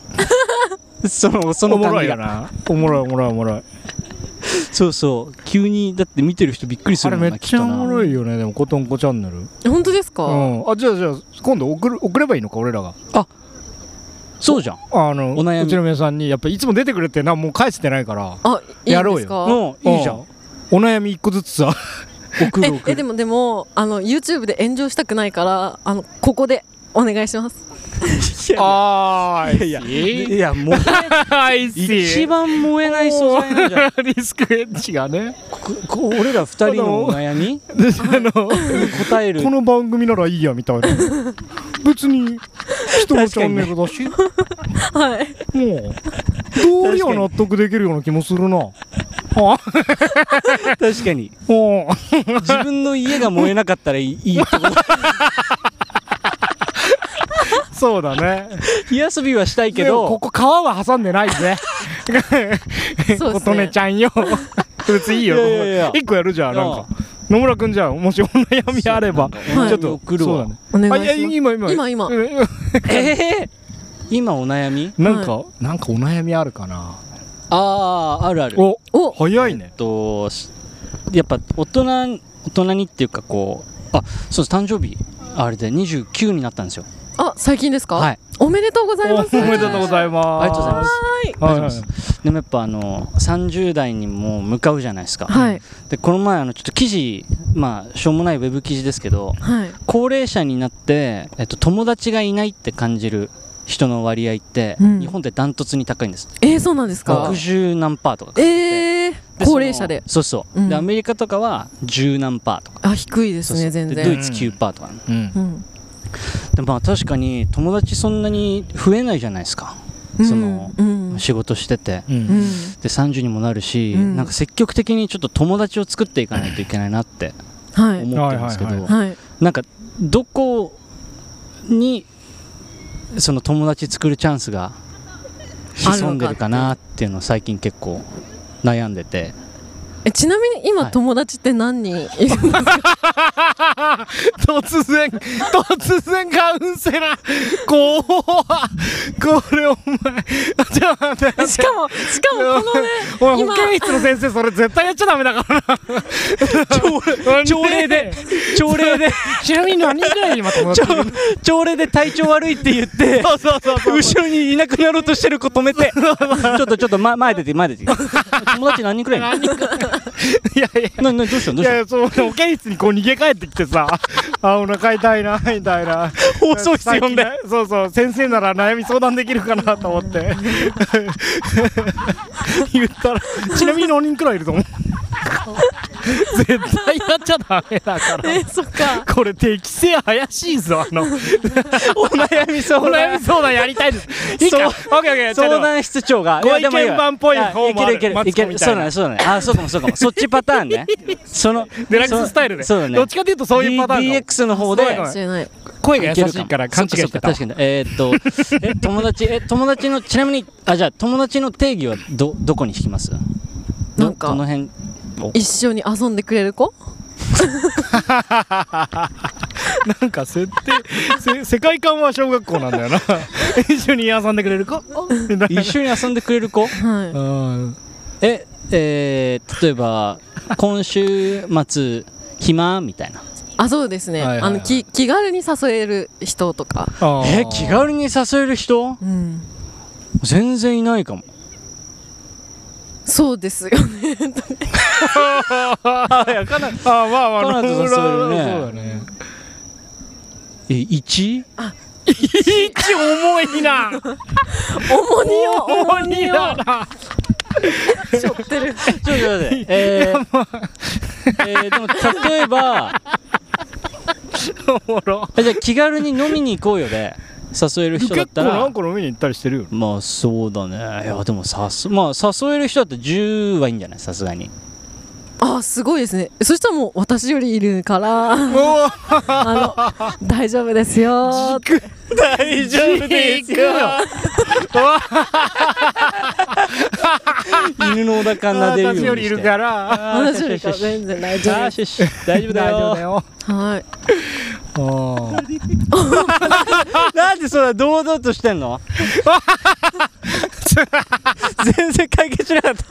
Speaker 4: そのその
Speaker 6: おも
Speaker 4: 感
Speaker 6: ろ
Speaker 4: じ
Speaker 6: いよ
Speaker 4: が
Speaker 6: なおもろいおもろいおもろい
Speaker 4: そうそう急にだって見てる人びっくりす
Speaker 6: あ
Speaker 4: るも
Speaker 6: れめ
Speaker 4: ん
Speaker 6: っ
Speaker 4: な
Speaker 6: ちゃおもろ
Speaker 4: きっ
Speaker 6: いよねでもコトンコチャンネルう
Speaker 1: 本当ですか、
Speaker 6: んあじゃあじゃあ今度送る送ればいいのか俺らが
Speaker 4: となそうじゃん
Speaker 6: あの
Speaker 4: お悩み
Speaker 6: うちの皆さんにやっぱいつも出てくれってなもう返してないから
Speaker 1: あいい
Speaker 6: やろ
Speaker 1: ん
Speaker 6: うよ
Speaker 1: ですか
Speaker 4: もういいじゃ
Speaker 6: うんお悩み一個ず つさ
Speaker 4: 送る
Speaker 1: え
Speaker 4: 送
Speaker 1: えで
Speaker 4: る
Speaker 1: もでもあの YouTube で炎上したくないからあのここでお願いします
Speaker 6: あーいや
Speaker 4: いやもう一番燃えない素材なんじゃない
Speaker 6: リスクエッジがね
Speaker 4: ここ俺ら二人のお悩み
Speaker 6: であのこ
Speaker 4: 答える
Speaker 6: の番組ならいいやみたいな別に人のチャンネルだし
Speaker 1: はい
Speaker 6: もう道理は納得できるような気もするなあ
Speaker 4: 確かに
Speaker 6: もう
Speaker 4: 自分の家が燃えなかったらいいいいとこ
Speaker 6: そうだね
Speaker 4: 火遊びはしたいけ
Speaker 6: でも
Speaker 4: ど
Speaker 6: ここ川は挟んでない ぜ
Speaker 1: そうですね
Speaker 6: 琴音ちゃんよ別にいいよ
Speaker 4: いやいやいや
Speaker 6: 一個やるじゃんなんか野村くんじゃあもしお悩みあれば
Speaker 1: はい
Speaker 6: ちょっと
Speaker 4: 送るわ
Speaker 6: そうだね
Speaker 1: お願いし
Speaker 6: あ
Speaker 1: ま
Speaker 6: い
Speaker 1: す
Speaker 6: や今今
Speaker 1: 今今
Speaker 6: うん
Speaker 4: ええ今お悩み
Speaker 6: なんかなんかお悩みあるかな
Speaker 4: あああるある
Speaker 6: お
Speaker 1: お
Speaker 6: 早い
Speaker 4: え
Speaker 6: ね
Speaker 4: っとしやっぱ大人大人にっていうかこうあそうです誕生日あれで29になったんですよ
Speaker 1: あ最近ですか、
Speaker 4: はい
Speaker 1: おめでとうござい
Speaker 6: お
Speaker 1: ます
Speaker 6: おめでとうございま
Speaker 4: あ
Speaker 6: す
Speaker 4: りがとうございます
Speaker 6: は
Speaker 4: あ
Speaker 6: い
Speaker 4: りがとうございますでもやっぱあの30代にもう向かうじゃないですか、
Speaker 1: はい
Speaker 4: でこの前あのちょっと記事まあしょうもないウェブ記事ですけど
Speaker 1: はい
Speaker 4: 高齢者になって、えっと、友達がいないって感じる人の割合って、
Speaker 1: うん
Speaker 4: 日本ってダントツに高いんです
Speaker 1: えー、そうなんですか
Speaker 4: 60何パーとか
Speaker 1: えー、
Speaker 4: でその
Speaker 1: 高齢者で
Speaker 4: そうそう、
Speaker 1: うん
Speaker 4: でアメリカとかは10何パーとか
Speaker 1: あ低いです
Speaker 4: そうそ
Speaker 1: ね
Speaker 4: う
Speaker 1: 全
Speaker 4: でド
Speaker 1: 然
Speaker 4: イツ9パーとか、
Speaker 6: うん
Speaker 1: うん
Speaker 4: でまあ確かに友達そんなに増えないじゃないですか、その
Speaker 1: うん
Speaker 4: 仕事してて
Speaker 6: う
Speaker 1: うんん
Speaker 4: で30にもなるし、
Speaker 1: うん
Speaker 4: なんか積極的にちょっと友達を作っていかないといけないなって
Speaker 1: は
Speaker 4: 思
Speaker 1: い
Speaker 4: ってるんですけど、
Speaker 6: はいはい
Speaker 1: はい
Speaker 4: なんかどこにその友達作るチャンスが潜んでるかなっていうのを最近結構悩んで て
Speaker 1: えちなみに今、
Speaker 4: はい
Speaker 1: 友達って何人いるんですか
Speaker 6: 突然突然カウンセラーこうこれお前ちょっと待って
Speaker 1: しかもしかもこのね
Speaker 6: おい保
Speaker 1: 今
Speaker 6: 健室の先生それ絶対やっちゃダメだからな
Speaker 4: 朝礼で 朝礼で
Speaker 6: ちなみに何人ぐらい今友達いるの
Speaker 4: 朝礼で体調悪いって言って
Speaker 6: そうそうそうそう
Speaker 4: 後ろにいなくなろうとしてる子止め てちょっとちょっと前前出て前出て友達何人くらいいるの
Speaker 6: いやいや
Speaker 4: ななどうしたのど
Speaker 6: い
Speaker 4: したの
Speaker 6: うやいやそう保健室にこう逃げ帰ってきてさ あお腹痛いなみたいな
Speaker 4: 放送室呼んで
Speaker 6: 最近ねそうそう先生なら悩み相談できるかなと思って 言ったらちなみに何人くらいいると思う絶対やっちゃダメだから
Speaker 1: えそっか
Speaker 6: これ適性怪しいぞあの
Speaker 4: お悩み
Speaker 6: お
Speaker 4: 相
Speaker 6: 悩
Speaker 4: 談
Speaker 6: み相談やりたいですいいか
Speaker 4: そう
Speaker 6: オッケーオッケーちょっ
Speaker 4: 相
Speaker 6: と
Speaker 4: 談室長が
Speaker 6: ご意見
Speaker 4: いやでもいいわ
Speaker 6: 番っぽい方もある
Speaker 4: いけるいける
Speaker 6: マ
Speaker 4: い
Speaker 6: ツコ
Speaker 4: け
Speaker 6: み
Speaker 4: る
Speaker 6: たいな
Speaker 4: そうだねそうだねあそうかもそうかもそっちパターンね その
Speaker 6: デラック
Speaker 4: そ
Speaker 6: ススタイルで
Speaker 4: そうだね
Speaker 6: どっちかというとそういうパターン
Speaker 4: D-
Speaker 6: の
Speaker 4: DX の方
Speaker 6: そう
Speaker 4: で
Speaker 6: だね
Speaker 1: 知れない
Speaker 6: 声が優しいから勘違いして
Speaker 4: そっ
Speaker 6: た
Speaker 4: かそっか確かにえーっと え友達え友達のちなみにあじゃあ友達の定義はどどこに引きますど
Speaker 1: なんか
Speaker 4: どの辺
Speaker 1: 一緒に遊んでくれる子
Speaker 6: なんか設定 せ世界観は小学校なんだ よな一緒に遊んでくれるかみたいな
Speaker 4: 一緒に遊んでくれる子
Speaker 1: はい
Speaker 6: うん
Speaker 4: ええー例えば今週末暇みたいな
Speaker 1: あそうですね、
Speaker 6: はいはいはい
Speaker 1: あのき気軽に誘える人とか
Speaker 6: あー
Speaker 4: え気軽に誘える人
Speaker 1: うん
Speaker 4: 全然いないかも
Speaker 1: そうですよね
Speaker 6: あいやかなあーまあまあ
Speaker 4: かなと誘えるね
Speaker 6: そうだね
Speaker 4: え 1?
Speaker 6: 一重いな
Speaker 1: 重荷を重荷を
Speaker 6: だな
Speaker 1: 背負ってる
Speaker 4: ちょっと待って、 えーえーでも例えば
Speaker 6: おもろ
Speaker 4: えじゃあ気軽に飲みに行こうよで誘える人だ
Speaker 6: 結
Speaker 4: っ
Speaker 6: 構
Speaker 4: たら
Speaker 6: 何個飲みに行ったりしてるよ
Speaker 4: まあそうだねいやでもさす、まあ、誘える人だったら10はいいんじゃないさすがに
Speaker 1: あすごいですねそしたらもう私よりいるから
Speaker 6: お
Speaker 1: あの大丈夫ですよーって
Speaker 6: 大丈夫ですよ
Speaker 4: 犬の小田かなで
Speaker 6: 私よりいる
Speaker 4: ら
Speaker 6: から
Speaker 1: 私よりか全然大丈夫です
Speaker 4: 大丈夫だよ
Speaker 6: よ
Speaker 1: はい
Speaker 4: なんでそんな堂々としてんの全然解決しなかった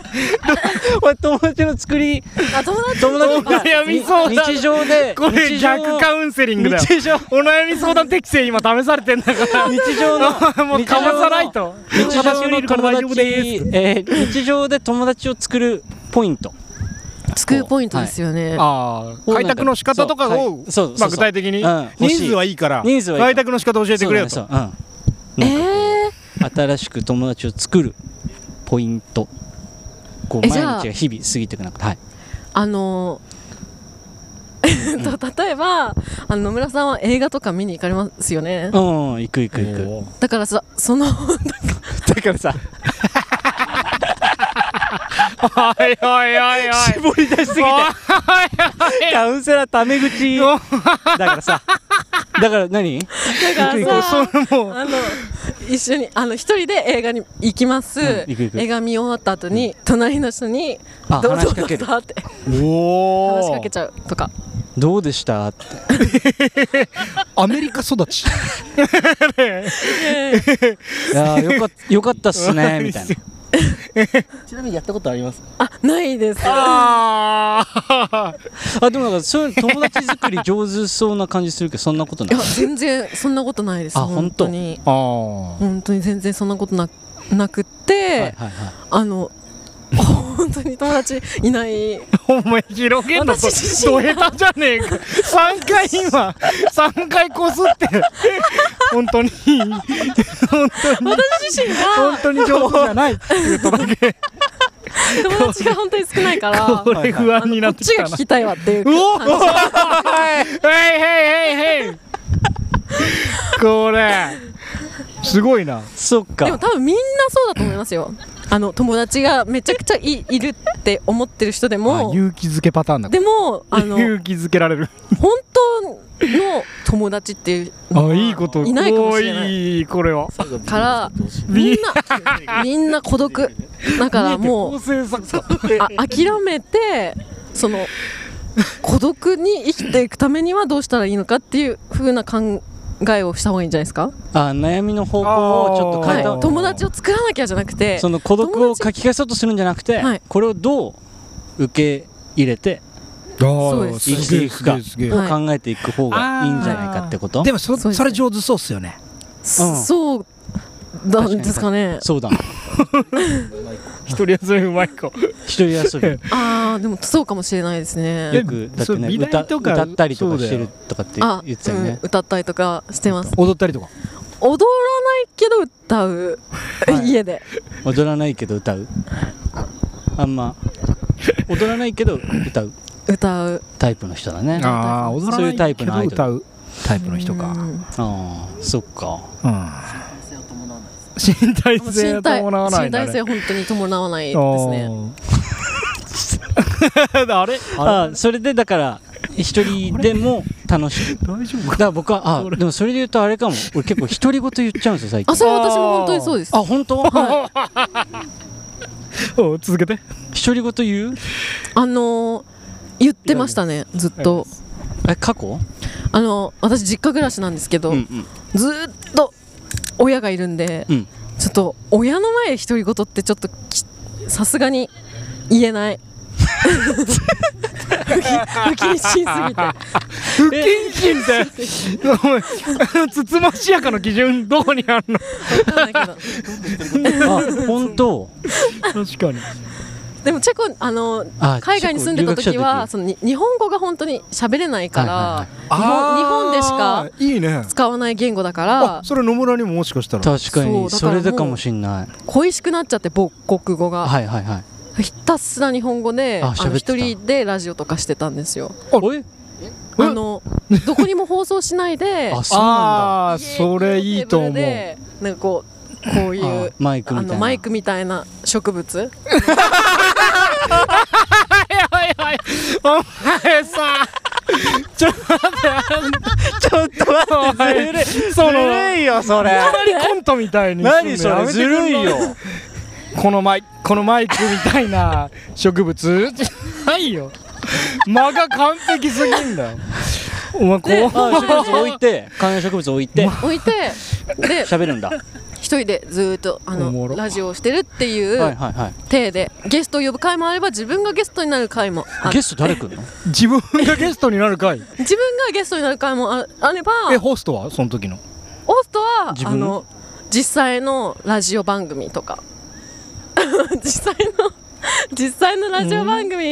Speaker 4: 俺友達の作り
Speaker 1: あ友達
Speaker 4: 友達が
Speaker 6: 悩み相談
Speaker 4: 日常で
Speaker 6: これ
Speaker 4: 日常
Speaker 6: 逆カウンセリングだよ
Speaker 4: 日常
Speaker 6: お悩み相談適正今試されてんだから
Speaker 4: 日常の
Speaker 6: もうかわさないと
Speaker 4: 日常
Speaker 6: 私よりい
Speaker 4: の
Speaker 6: るから
Speaker 4: 友
Speaker 6: 大丈夫
Speaker 4: 達、
Speaker 6: です
Speaker 4: えー日常で友達を作るポイント
Speaker 1: 救うポイントですよね、
Speaker 6: あー開拓の仕方とかを
Speaker 4: そうそうそう
Speaker 6: まあ具体的に
Speaker 4: うん欲しい
Speaker 6: 人数はいいから
Speaker 4: 人数はいいから
Speaker 6: 開拓の仕方教えてくれよ
Speaker 4: そう
Speaker 6: と
Speaker 4: だねそううんなんか
Speaker 1: えー
Speaker 4: 新しく友達を作るポイントこう
Speaker 1: え
Speaker 4: 毎
Speaker 1: じゃあ
Speaker 4: 日が日々過ぎていく中ではい
Speaker 1: あの ーえっと例えばあの野村さんは映画とか見に行かれますよね
Speaker 4: うん行く行く行く
Speaker 6: おー
Speaker 1: だからさその
Speaker 4: だからさ
Speaker 6: おいおいおい
Speaker 4: 絞
Speaker 6: おい
Speaker 4: り出しすぎてカウンセラータメ口だからさだから何
Speaker 1: だからさ
Speaker 6: それもう
Speaker 1: あの一緒にあの一人で映画に行きます、
Speaker 4: 行く行く
Speaker 1: 映画見終わった後に、隣の人に
Speaker 4: あ
Speaker 1: どう
Speaker 4: 話
Speaker 1: ぞ
Speaker 4: し
Speaker 1: ど
Speaker 4: か
Speaker 1: うぞ
Speaker 4: け
Speaker 1: っ
Speaker 4: る
Speaker 1: て
Speaker 6: お
Speaker 1: 話しかけちゃうとか
Speaker 4: どうでしたって
Speaker 6: アメリカ育ち
Speaker 4: いやーよかっよかったっす ねみたいな
Speaker 3: ちなみにやったことあります
Speaker 1: あないです
Speaker 6: あ あ
Speaker 4: あでもなんかそういう友達作り上手そうな感じするけどそんなこと
Speaker 1: い
Speaker 4: ない
Speaker 1: や全然そんなことないです
Speaker 4: あ
Speaker 1: 本当に
Speaker 6: あ
Speaker 1: 本当に全然そんなことななくって、
Speaker 4: はいはいはい
Speaker 1: あの本当に友達いない
Speaker 6: お前広げんの
Speaker 1: 私
Speaker 6: そ
Speaker 1: 自身
Speaker 6: ど下手じゃねえか3回今3回こすってる本当に本当に
Speaker 1: 私自身
Speaker 6: 本
Speaker 1: が
Speaker 6: 当に上手じゃないって言うとだけ
Speaker 1: 友達が本当に少ないからあ
Speaker 6: こ
Speaker 1: のこ
Speaker 6: れ不安にな
Speaker 1: っ
Speaker 6: ってき
Speaker 1: ち
Speaker 6: た
Speaker 1: が
Speaker 6: な
Speaker 1: 聞きたいわっていう
Speaker 6: うおお
Speaker 1: 感じ
Speaker 6: へいへいへいへいこれすごいな
Speaker 4: そっ
Speaker 1: でも
Speaker 4: か
Speaker 1: 多分みんなそうだと思いますよあの友達がめちゃくちゃいいるって思ってる人で
Speaker 6: あ
Speaker 1: も
Speaker 6: 勇気づけパターンだ
Speaker 1: でもあの
Speaker 6: 勇気づけられる
Speaker 1: 本当の友達っていうの
Speaker 6: あいいこと
Speaker 1: いないかもしれない
Speaker 6: おーいいこれは
Speaker 1: からみんなみんな孤独だからもうあ諦めてその孤独に生きていくためにはどうしたらいいのかっていう風な考えをした方がいいんじゃないですか、
Speaker 4: あ悩みの方向をちょっと
Speaker 6: あー
Speaker 4: 変
Speaker 1: は
Speaker 4: え
Speaker 1: い
Speaker 4: た、
Speaker 1: 友達を作らなきゃじゃなくて
Speaker 4: その孤独を書き消そうとするんじゃなくて、
Speaker 1: はい
Speaker 4: これをどう受け入れて
Speaker 1: そうです
Speaker 4: 生きていくかを
Speaker 1: はい
Speaker 4: 考えていく方がいいんじゃないかってこと、
Speaker 3: でもそ
Speaker 1: そうです
Speaker 3: それ上手そうっすよね
Speaker 4: うん
Speaker 1: そうなんですかね
Speaker 4: そうだ
Speaker 6: 一人休みうまい子
Speaker 4: 一人遊び
Speaker 1: ああでもそうかもしれないです
Speaker 6: いや
Speaker 1: ね
Speaker 4: よくだっ
Speaker 6: そ
Speaker 4: て
Speaker 6: う
Speaker 4: ね
Speaker 6: 美大
Speaker 4: 歌
Speaker 6: とか
Speaker 4: 歌ったりとかして
Speaker 6: そ
Speaker 4: る
Speaker 6: う
Speaker 4: とかって
Speaker 1: あ、
Speaker 4: 言ってたよね
Speaker 1: うん、歌ったりとかしてます
Speaker 3: 踊ったりとか
Speaker 1: 踊らないけど歌う、
Speaker 4: はい
Speaker 1: 家で
Speaker 4: 踊らないけど歌うあんま踊らないけど歌う
Speaker 1: 歌う
Speaker 4: タイプの人だねあ
Speaker 6: ああ踊ら
Speaker 4: そう
Speaker 6: ない
Speaker 4: いうタイプ
Speaker 6: け
Speaker 4: のア
Speaker 6: ど
Speaker 4: イドル
Speaker 6: 歌うタイプの人か
Speaker 1: うん
Speaker 4: あーそっか
Speaker 6: うん身体性
Speaker 1: 身
Speaker 6: を
Speaker 1: 体
Speaker 6: 伴わない
Speaker 1: 身
Speaker 6: んだ
Speaker 1: 体
Speaker 6: ね
Speaker 1: 性本当に伴わないですね
Speaker 6: あー あれ
Speaker 4: あーそれでだから一人でも楽しく
Speaker 6: 大丈夫
Speaker 4: だから僕はあでもそれで言うとあれ かも俺結構独り言言っちゃうんですよ最
Speaker 1: あ
Speaker 4: 近
Speaker 1: それ私も本当にそうです
Speaker 4: あ本当
Speaker 1: はい
Speaker 6: お続けて
Speaker 4: 独り言言う
Speaker 1: あのー言ってましたねずっと
Speaker 4: え過去
Speaker 1: あの私実家暮らしなんですけど、
Speaker 4: うんうん
Speaker 1: ずーっと親がいるんで、
Speaker 4: うん
Speaker 1: ちょっと親の前独り言ってちょっときさすがに言えない不謹慎すぎて
Speaker 6: 不謹慎って お前あのつつましやかの基準どこにあるの
Speaker 1: わかんないけど
Speaker 4: あ本当
Speaker 6: 確かに
Speaker 1: でもチェコあの
Speaker 4: あ
Speaker 1: 海外に住んでた時は
Speaker 4: チ
Speaker 1: そのに日本語が本当に喋れないから、
Speaker 4: はい
Speaker 1: 日本日本でしか
Speaker 6: いいね
Speaker 1: 使わない言語だか
Speaker 6: あ
Speaker 1: ら
Speaker 6: それ野村にももしかしたら
Speaker 4: 確かに
Speaker 1: そうだから
Speaker 4: そ
Speaker 1: もう
Speaker 4: れでかもしんない
Speaker 1: 恋しくなっちゃって母国語が、
Speaker 4: はいはいはい
Speaker 1: ひたすら日本語で
Speaker 4: あ
Speaker 1: あ
Speaker 4: 喋
Speaker 1: の
Speaker 4: ってた
Speaker 1: 一人でラジオとかしてたんですよ
Speaker 4: おい
Speaker 6: え
Speaker 1: あのどこにも放送しないで
Speaker 4: あそうなんだ
Speaker 6: ああーそれいいと思う
Speaker 1: 家のテーブルでなんかこうこうい
Speaker 4: あ
Speaker 1: う
Speaker 4: マイクみ
Speaker 1: あ
Speaker 4: たいな
Speaker 1: のマイクみたいな植物
Speaker 6: お前さちょっと待ってちょっと待ってずるいそのずるいよそれあまりコントみたいにすんの
Speaker 4: 何それ
Speaker 6: やめてく
Speaker 4: ず
Speaker 6: んな
Speaker 4: るいよ
Speaker 6: このマイこのマイクみたいな植物ないよ間が完璧すぎんだよお前こう
Speaker 4: あ植物置いて観葉植物置いて
Speaker 1: 置いてで
Speaker 4: 喋るんだは
Speaker 1: 一人でずーっとあ
Speaker 6: おもろ
Speaker 1: のラジオをしてるって
Speaker 4: いはいいうは
Speaker 1: 体でゲストを呼ぶ回もあれば自分がゲストになる回もあ
Speaker 4: いゲスト誰来んの
Speaker 6: 自分がゲストになるかい
Speaker 1: 自分がゲストになる回もああれば
Speaker 6: えホストはその時の
Speaker 1: オストは
Speaker 4: 自分
Speaker 1: あの実際のラジオ番組とか実際の実際のラジオ番組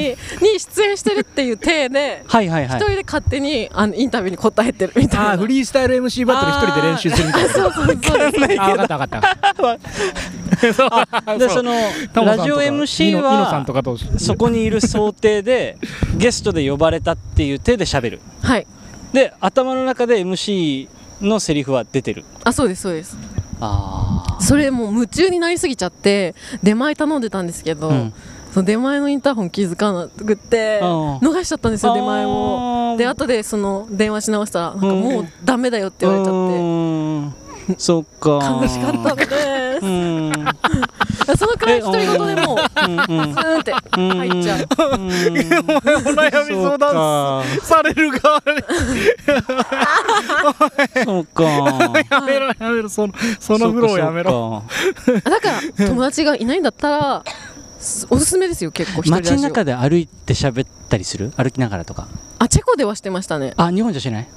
Speaker 1: に出演してるっていう体で
Speaker 4: はいはいは
Speaker 1: 一
Speaker 4: い
Speaker 1: 人で勝手にあのインタビューに答えてるみたいな。
Speaker 6: リースタイル MC バするみたいな
Speaker 1: そうそうそう
Speaker 6: あ分かった分かった
Speaker 4: でその
Speaker 6: タモさ
Speaker 4: ラ
Speaker 6: んとか
Speaker 4: ジオ MC
Speaker 6: ニノニノさんと
Speaker 4: は
Speaker 6: かどうする
Speaker 4: そこにいる想定でゲストで呼ばれたっていう手で喋る
Speaker 1: はい。
Speaker 4: で頭の中で MC のセリフは出てる
Speaker 1: あ、そうですそうです。
Speaker 4: あ
Speaker 1: それもう夢中になりすぎちゃって出前頼んでたんですけど、
Speaker 4: うん
Speaker 1: その出前のインターホン気づかなくって
Speaker 4: あー
Speaker 1: 逃しちゃったんですよ出前を。
Speaker 4: を
Speaker 1: で後でその電話し直したらなんか
Speaker 4: うん
Speaker 1: もうダメだよって言われちゃっ
Speaker 4: ゃっ
Speaker 1: て
Speaker 4: てそっか
Speaker 1: 悲しかったので
Speaker 4: うん
Speaker 1: そのくらい独り言でもう
Speaker 4: うんうん
Speaker 1: スーンって入っちゃう
Speaker 6: お前お悩み相談
Speaker 4: 談
Speaker 6: される側に
Speaker 4: そうか
Speaker 6: やめろやめろその その風呂をやめろ
Speaker 4: ろ
Speaker 1: だから友達がいないんだったらすおすすめですよ結構一人ラジ
Speaker 4: 街
Speaker 1: オ
Speaker 4: の中で歩いて喋ったりする歩きながらとか
Speaker 1: あチェコではしてましたね
Speaker 4: あ日本じゃしない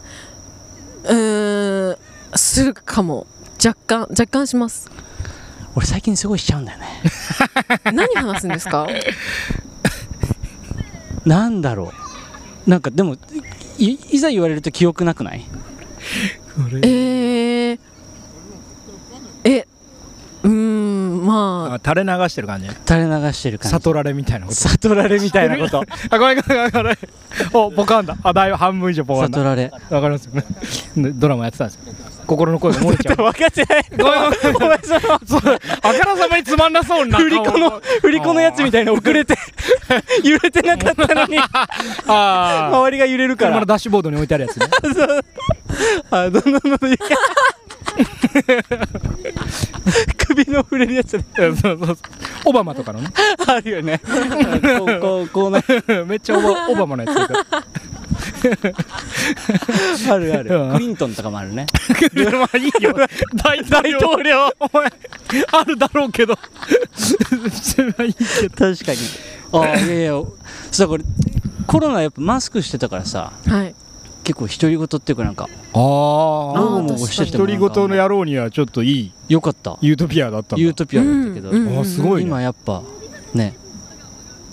Speaker 4: う
Speaker 1: ーんするかも若干若干します
Speaker 4: 俺最近すごいしちゃうんだよね
Speaker 1: 何話すんです か
Speaker 4: なんだろうなんかでもいいざ言われると記憶なくない
Speaker 1: えー、えうーんまあ
Speaker 6: 垂れ流してる感じ
Speaker 4: 垂れ流してる感じ
Speaker 6: 悟られみたいなこと
Speaker 4: 悟られみたいなこと
Speaker 6: あごめんごめんごめん おボカンだあだいぶ半分以上ボカンだ
Speaker 4: 悟 られ
Speaker 6: わかりますよね。 でドラマやってたんですよ。心の声が漏れちゃう。
Speaker 4: 分かってない
Speaker 6: ごめんごめんごめん。そうあからさまにつまんなそうな。
Speaker 4: 振り子の。振り子のやつみたいな遅れ て揺れてなかったのに
Speaker 6: ああ。
Speaker 4: 周りが揺れるか
Speaker 6: 車の
Speaker 4: ら
Speaker 6: ダッシュボードに置いてあるやつね。
Speaker 4: あどんどんどんどん揺れ首の触れるやつ
Speaker 6: そうそうそう。 オバマとかのね。
Speaker 4: あるよねこうこうこうな
Speaker 6: めっちゃオバオバマのやつだか
Speaker 4: あるある
Speaker 6: うん
Speaker 4: クリントンとかもあるね
Speaker 6: ら。まあいいよ。大統領。お前あるだろうけ ど。いいけど。
Speaker 4: 確かにあいやいやそうだこれコロナやっぱマスクしてたからさ
Speaker 1: はい
Speaker 4: 結構独り言っていうかなんか
Speaker 6: あ
Speaker 1: ー
Speaker 4: もごもごしてても
Speaker 6: 独
Speaker 4: な
Speaker 6: り
Speaker 4: ん
Speaker 6: 言
Speaker 4: か
Speaker 6: の野郎にはちょっといい
Speaker 4: よかった
Speaker 6: ユートピアだったんだ
Speaker 4: ユートピアだったけど、
Speaker 1: うんうん
Speaker 6: あすごいね
Speaker 4: 今やっぱね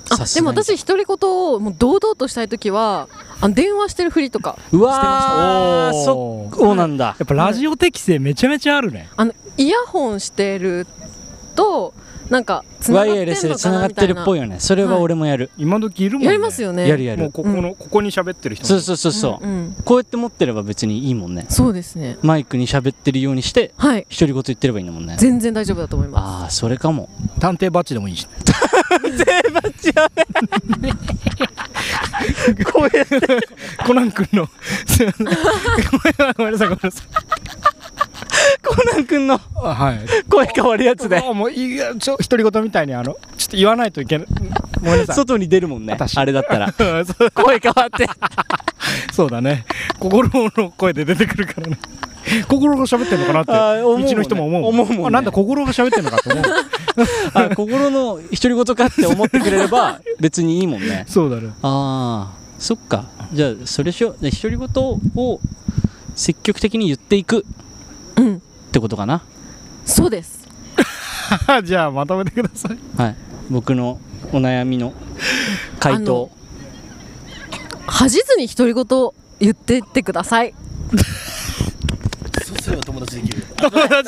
Speaker 1: あ
Speaker 4: さす
Speaker 1: でも
Speaker 4: がに
Speaker 1: 私独り言をもう堂々としたい時はあの電話してるふりとか
Speaker 4: うわー
Speaker 6: してました
Speaker 4: そっそうなんだ
Speaker 6: やっぱラジオ適性めちゃめちゃあるね。
Speaker 1: あのイヤホンしてるとなんかつな
Speaker 4: ワイ
Speaker 1: がって
Speaker 4: ヤレス
Speaker 1: ん
Speaker 4: で
Speaker 1: の
Speaker 4: つ
Speaker 1: か
Speaker 4: なが
Speaker 1: な
Speaker 4: っ
Speaker 1: みた
Speaker 4: て
Speaker 1: い
Speaker 4: る
Speaker 1: な
Speaker 4: っぽいよねそれは俺もやる、
Speaker 6: 今時いるもんね
Speaker 1: やりますよね
Speaker 4: やるや
Speaker 6: もう
Speaker 4: る
Speaker 6: ここの、ここに喋ってる人
Speaker 4: そうそうそうそう、
Speaker 1: うんうん
Speaker 4: こうやって持ってれば別にいいもんね
Speaker 1: そうですね
Speaker 4: マイクに喋ってるようにして
Speaker 1: はい
Speaker 4: 独り言言ってればいいんだもんね
Speaker 1: 全然大丈夫だと思いま
Speaker 4: ああそれか も
Speaker 6: 探偵バッジでもいいし
Speaker 4: こうやって
Speaker 6: コナン君のすいませんごめんなさいごめんなさい
Speaker 4: コナン君の
Speaker 6: あはい
Speaker 4: 声変わるやつで
Speaker 6: あもういいやちょ独り言みたいにあのちょっと言わないといけないごめんなさい
Speaker 4: 外に出るもんね
Speaker 6: 私
Speaker 4: あれだったら
Speaker 6: そ う
Speaker 4: 声変わって
Speaker 6: そうだね心の声で出てくるからね心が喋ってんのかなって
Speaker 4: あー思うもんね
Speaker 6: うちの人も思う
Speaker 4: 思うもんね
Speaker 6: あなんだ心が喋ってんのかって思う
Speaker 4: あ心の独り言かって思ってくれれば別にいいもんね
Speaker 6: そうだね
Speaker 4: ああそっかじゃあそれしようで独り言を積極的に言っていく
Speaker 1: すうん
Speaker 4: ってことかな
Speaker 1: そうです
Speaker 6: じゃあまとめてください
Speaker 4: はい僕のお悩みの回答
Speaker 1: 恥じずに独り言言ってってください
Speaker 6: 友達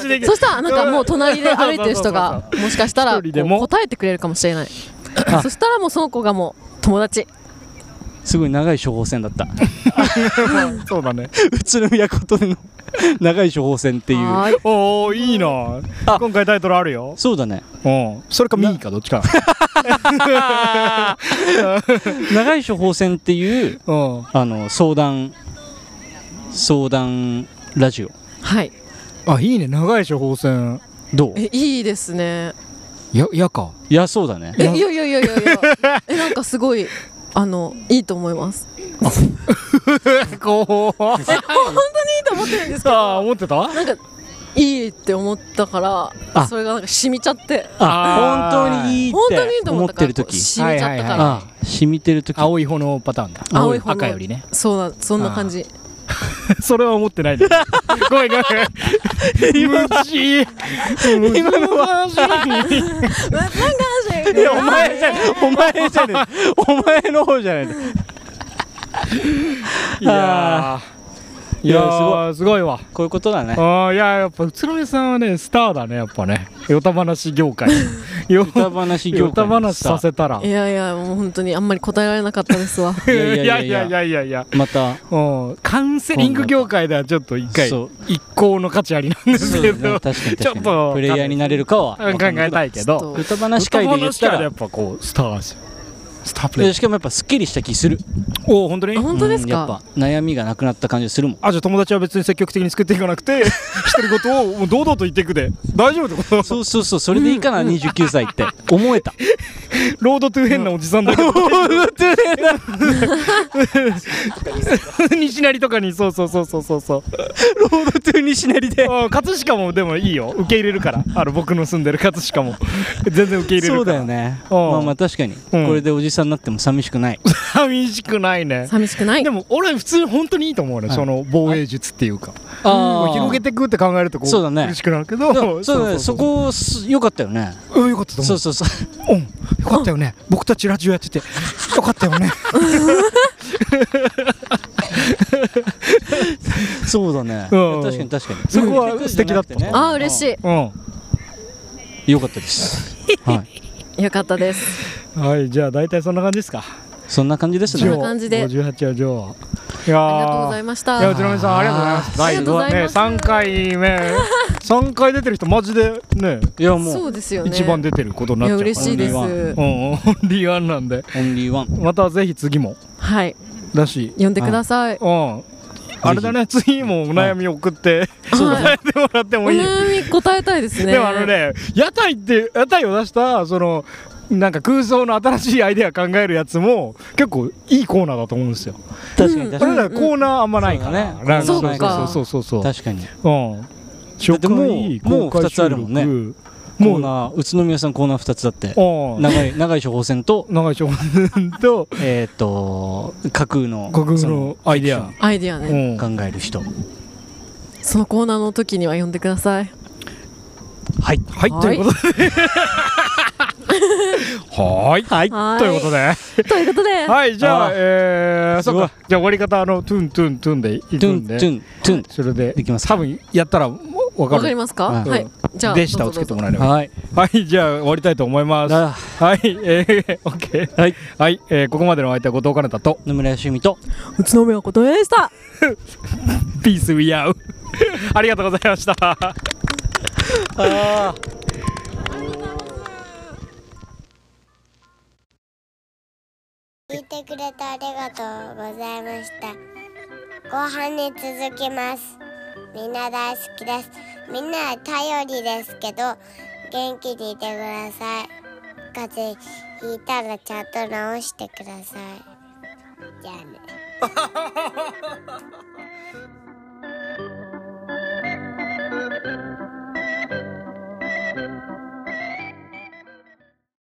Speaker 6: でき
Speaker 1: そしたらなんかもう隣で歩いてる人 がもしかしたら
Speaker 6: 一人でも
Speaker 1: こう答えてくれるかもしれないそしたらもうその子がもう友達
Speaker 4: すごい長い処方箋だった
Speaker 6: そうだね
Speaker 4: 宇都宮ことの 長い処方箋っていう
Speaker 1: はーい
Speaker 6: おおいいな
Speaker 4: あ
Speaker 6: 今回タイトルあるよ
Speaker 4: そうだね
Speaker 6: うんそれかミーかどっちか
Speaker 4: 長い処方箋っていう
Speaker 6: うん
Speaker 4: あの相談相談ラジオ
Speaker 1: はい
Speaker 6: あいいね長い処方箋
Speaker 4: どう
Speaker 1: えいいですね
Speaker 6: ややか
Speaker 4: いやそうだね
Speaker 1: えいやいやいやいやいやえなんかすごいあのいいと思います
Speaker 6: こう
Speaker 1: え 本当にいいと思ってるんですけ
Speaker 6: ああ
Speaker 1: ど
Speaker 6: 思ってた
Speaker 1: なんかいいって思ったか
Speaker 4: あ
Speaker 1: らそれがなんか染みちゃって
Speaker 4: あ
Speaker 6: あー
Speaker 4: 本当にいいっ
Speaker 1: 本当にいい
Speaker 4: て
Speaker 1: と
Speaker 4: 思
Speaker 1: 思っ
Speaker 4: った
Speaker 1: か
Speaker 4: て
Speaker 1: ら
Speaker 4: る
Speaker 1: こう
Speaker 4: 時
Speaker 1: 染みちゃった
Speaker 6: は
Speaker 1: か
Speaker 6: いは
Speaker 1: ら
Speaker 4: あー染みてる時
Speaker 3: 青い方のパターンだ
Speaker 1: 青い方の
Speaker 3: 赤よりね
Speaker 1: そうなんそんな感じ
Speaker 6: それは思ってない でごめんごめん無事今のは
Speaker 1: うん なんか
Speaker 4: いやお前じゃお前じゃねえお前の方じゃない
Speaker 6: いやー
Speaker 4: い
Speaker 6: い
Speaker 4: や
Speaker 6: や
Speaker 4: ー
Speaker 6: ーすごいわ
Speaker 4: こういうことだね
Speaker 6: ああいやーやっぱ宇都宮さんはねスターだねやっぱねヨタ話業界 ヨ
Speaker 4: 歌話業
Speaker 6: ヨ
Speaker 4: 界
Speaker 6: タ
Speaker 4: の
Speaker 6: 話させたら
Speaker 1: いやいやもう本当にあんまり答えられなかったで すわ
Speaker 6: い
Speaker 4: いや
Speaker 6: や
Speaker 4: いやい
Speaker 6: いやい
Speaker 4: や
Speaker 6: や
Speaker 4: い
Speaker 6: い
Speaker 4: や
Speaker 6: やいやいや
Speaker 4: また
Speaker 6: うんカウンセリング業界ではちょっと一回
Speaker 4: そう
Speaker 6: 一向の価値ありなんです
Speaker 4: そうだ
Speaker 6: け
Speaker 4: ね確
Speaker 6: ど
Speaker 4: かに
Speaker 6: ちょ
Speaker 4: 確
Speaker 6: っ
Speaker 4: か
Speaker 6: と
Speaker 4: にプレイヤーになれるかは
Speaker 6: うん考えたいけど
Speaker 1: ちょっと
Speaker 4: 歌話会で言った
Speaker 6: 歌話界でや
Speaker 4: ら
Speaker 6: っぱこうスターですよスタープレイ
Speaker 4: でしかもやっぱすっきりした気する
Speaker 6: おお本当に
Speaker 1: あ本当です
Speaker 4: うんやっ
Speaker 1: か
Speaker 4: ぱ悩みがなくなった感じするもん
Speaker 6: あじゃあ友達は別に積極的に作っていかなく て独り言をもう堂々と言っていくで大丈夫ってこと
Speaker 4: そうそうそうそれでいいかな29歳って思えた
Speaker 6: ロードトゥー変なおじさんだけど 西成とかにそうそうそうそうそうそう
Speaker 4: ロードトゥー西成で
Speaker 6: あ葛飾もでもいいよ受け入れるからあの僕の住んでる葛飾も全然受け入れるから
Speaker 4: そうだよね
Speaker 6: うん
Speaker 4: まあまあ確かにこれでおじさんになっても寂しく ない
Speaker 6: 寂しくないね
Speaker 1: 寂しくない
Speaker 6: でも俺普通に本当にいいと思うね、
Speaker 4: はい
Speaker 6: その防衛術っていうか、
Speaker 4: あー
Speaker 6: 広げていくって考えるとこう
Speaker 4: そうだね
Speaker 6: 嬉しくなる け
Speaker 4: でも
Speaker 6: ど
Speaker 4: そうだねそこす良かったよね
Speaker 6: うんよかったと思う
Speaker 4: そうそうそう
Speaker 6: うん、よかったよね。僕たちラジオやってて、よかったよね。
Speaker 4: そうだね
Speaker 6: うん
Speaker 4: 確かに確かに
Speaker 6: そこは素敵だった
Speaker 1: あー嬉し
Speaker 6: う
Speaker 4: い良かったです はい
Speaker 1: いよかったです
Speaker 6: ん。はい、じゃあ大体そんな感じですか。
Speaker 4: そんな感じです
Speaker 1: そんな
Speaker 4: ね
Speaker 1: 上感じで
Speaker 6: 十八は上。い
Speaker 1: ありがとうござい
Speaker 6: や
Speaker 1: まし
Speaker 6: ー。いや、う
Speaker 1: た
Speaker 6: ちの皆さん、ありがとうございます。
Speaker 1: ありがとうございます
Speaker 6: 第五ね三回 目。三回出てる人、マジで、ね。
Speaker 4: いやも
Speaker 1: そううですよね
Speaker 6: 一番出てることになっちゃうから。
Speaker 1: いや嬉しいです
Speaker 6: オンリーワンうん、オン リーワンなんで。
Speaker 4: オンリーワン
Speaker 6: またぜひ次も。
Speaker 1: はい
Speaker 6: だし。
Speaker 1: 呼んでください
Speaker 6: うん。あれだね、次もお悩み送って。
Speaker 1: そうだ ね
Speaker 6: 答えてもらって
Speaker 1: お
Speaker 6: もいい。
Speaker 1: 悩み答えたいですね
Speaker 6: でもあのね屋台って屋台を出したそのなんか空想の新しいアイデア考えるやつも結構いいコーナーだと思うんですよ。
Speaker 4: 確かに確
Speaker 6: 俺
Speaker 4: かに
Speaker 6: らコーナーあんまないから、
Speaker 4: そうだね
Speaker 6: なん
Speaker 1: そうか
Speaker 6: そうそうそうそう
Speaker 4: 確かに
Speaker 6: そう。うん。
Speaker 4: だってもうもう二つあるもんね
Speaker 6: ね。
Speaker 4: コー
Speaker 6: も
Speaker 4: ナー宇都宮さんコーナー2つだって
Speaker 6: ううん
Speaker 4: 長い長い処方箋と
Speaker 6: 長い少年と
Speaker 4: えっと架空の
Speaker 6: 架空
Speaker 4: そ
Speaker 6: のアイデア。
Speaker 1: アイディア
Speaker 6: う
Speaker 1: ね
Speaker 6: ん。
Speaker 4: 考える人
Speaker 1: そのコーナーの時には呼んでください
Speaker 4: はい
Speaker 6: はい
Speaker 1: はい
Speaker 6: ということで。はい。はい
Speaker 1: はい
Speaker 6: ということで。
Speaker 1: ということで
Speaker 6: はいじゃ
Speaker 4: あ
Speaker 6: あ
Speaker 4: ー
Speaker 6: えー
Speaker 4: す
Speaker 6: そ
Speaker 4: ごい
Speaker 6: っかじゃあ終わり方あのトゥントゥントゥンでいく
Speaker 4: トゥ
Speaker 6: ん
Speaker 4: ント
Speaker 6: で。
Speaker 4: ゥントゥン
Speaker 6: それで
Speaker 4: できますか
Speaker 6: 多分やったらもうわか
Speaker 1: わかり
Speaker 6: る
Speaker 1: ますか
Speaker 4: はい
Speaker 1: はいじゃあ
Speaker 6: でしたをつけてもらえれば
Speaker 4: はい
Speaker 6: はいじゃあ終わりたいと思います
Speaker 4: あ
Speaker 6: はいえー、オッケー
Speaker 4: はい
Speaker 6: はい、えー、ここまでのお相手は後藤かなたと
Speaker 4: 野村よしみと
Speaker 1: 宇都宮ことでした
Speaker 6: ピースウィアウ ありがとうございました
Speaker 5: 聞いてくれてありがとうございました後半に続きますみんな大好きですみんな頼りですけど元気にいてください風邪ひいたらちゃんと治してくださいじゃあね